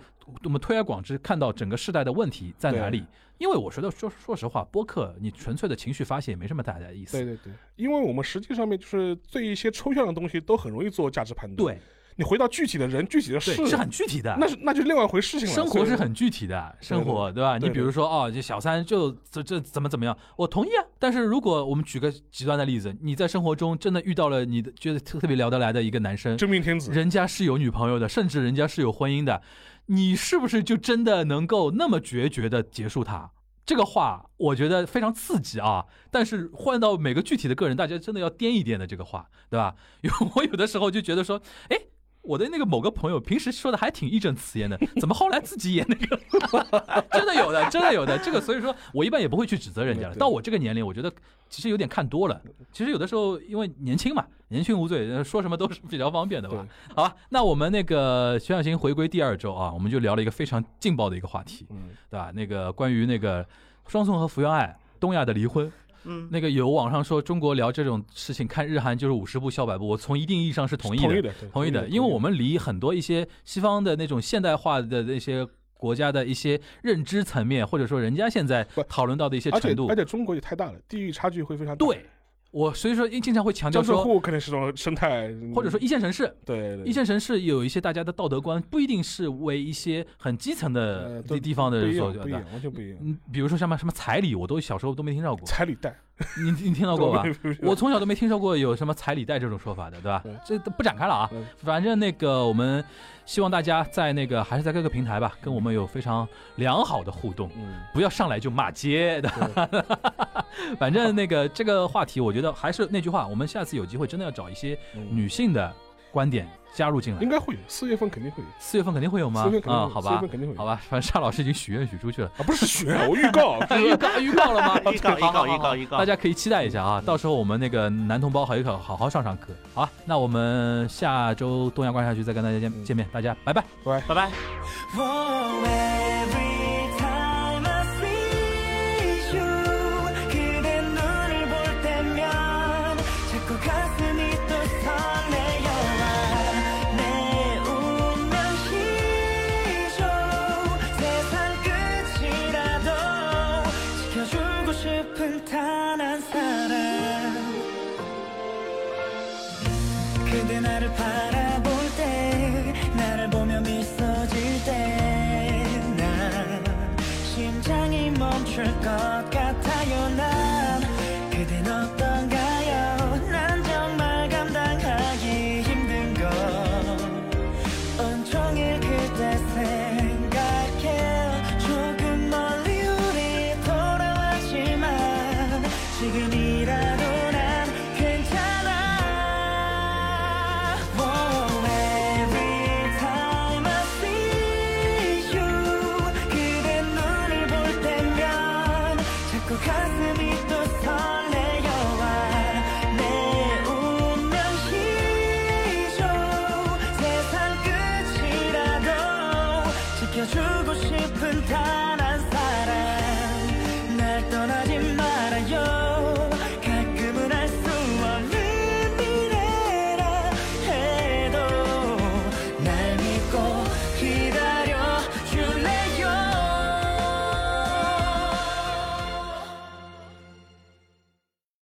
我们推而广之，看到整个世代的问题在哪里。因为我觉得说说实话，播客你纯粹的情绪发泄也没什么太大的意对思。对对，因为我们实际上面就是对一些抽象的东西都很容易做价值判断。，对你回到具体的人、具体的事，对，是很具体的。那是那就另外一回事情了。生活是所以很具体的，生对对活对吧？你对对比如说哦，这小三就这这怎么怎么样，我同意啊。但是如果我们举个极端的例子，你在生活中真的遇到了你的觉得特特别聊得来的一个男生，真命天子。人家是有女朋友的，甚至人家是有婚姻的，你是不是就真的能够那么决绝的结束他？这个话我觉得非常刺激啊！但是换到每个具体的个人，大家真的要掂一掂的这个话，对吧？有 我有的时候就觉得说，哎，我的那个某个朋友平时说的还挺义正词严的，怎么后来自己也那个 了？真的有的，真的有的。这个所以说我一般也不会去指责人家了。对对到我这个年龄，我觉得其实有点看多了。其实有的时候因为年轻嘛，年轻无罪，呃说什么都是比较方便的吧。好吧，那我们那个徐小新回归第二周啊，我们就聊了一个非常劲爆的一个话题，嗯，对吧？那个关于那个双宋和福原爱东亚的离婚，嗯，那个有网上说中国聊这种事情，看日韩就是五十步笑百步，我从一定意义上是同意的，同意的，对同意的，因为我们离很多一些西方的那种现代化的那些国家的一些认知层面，或者说人家现在不讨论到的一些而且程度而，且中国也太大了，地域差距会非常大。对我所以说经常会强调江浙说，沪可能是种生态，嗯或者说一线城市。对对一线城市有一些大家的道德观，不一定是为一些很基层的呃地都地方的嗯不一人所觉样，不一得。样，完全不一样。嗯，比如说像什么什么彩礼，我都小时候都没听到过。彩礼贷，？你你听到过吧不是我从小都没听说过有什么彩礼贷这种说法的，对吧嗯？这都不展开了啊嗯。反正那个我们希望大家在那个还是在各个平台吧，跟我们有非常良好的互动，嗯，不要上来就骂街的。对 反正那个这个话题，我觉得还是那句话，我们下次有机会真的要找一些嗯女性的观点加入进来应。该会有，四月份肯定会有，四月份肯定会有吗嗯四月份？肯定啊，会有，好四月吧份，肯定会有，好吧，反正沙老师已经许愿许出去了。啊，不是许愿，我预 告，预告预告了吗？预 告预告预告预告大家可以期待一下啊！到时候我们那个男同胞好一口好好上上课，好吧？那我们下周东阳观察局再跟大家嗯见见面，大家拜拜。拜拜。 Oh, every time I see you 그대 눈을 볼 때면 자꾸 가슴이 또 설레요 내 운명이죠 세상 끝이라도 지켜주고 싶은 단 한 사람 그대 나를 바라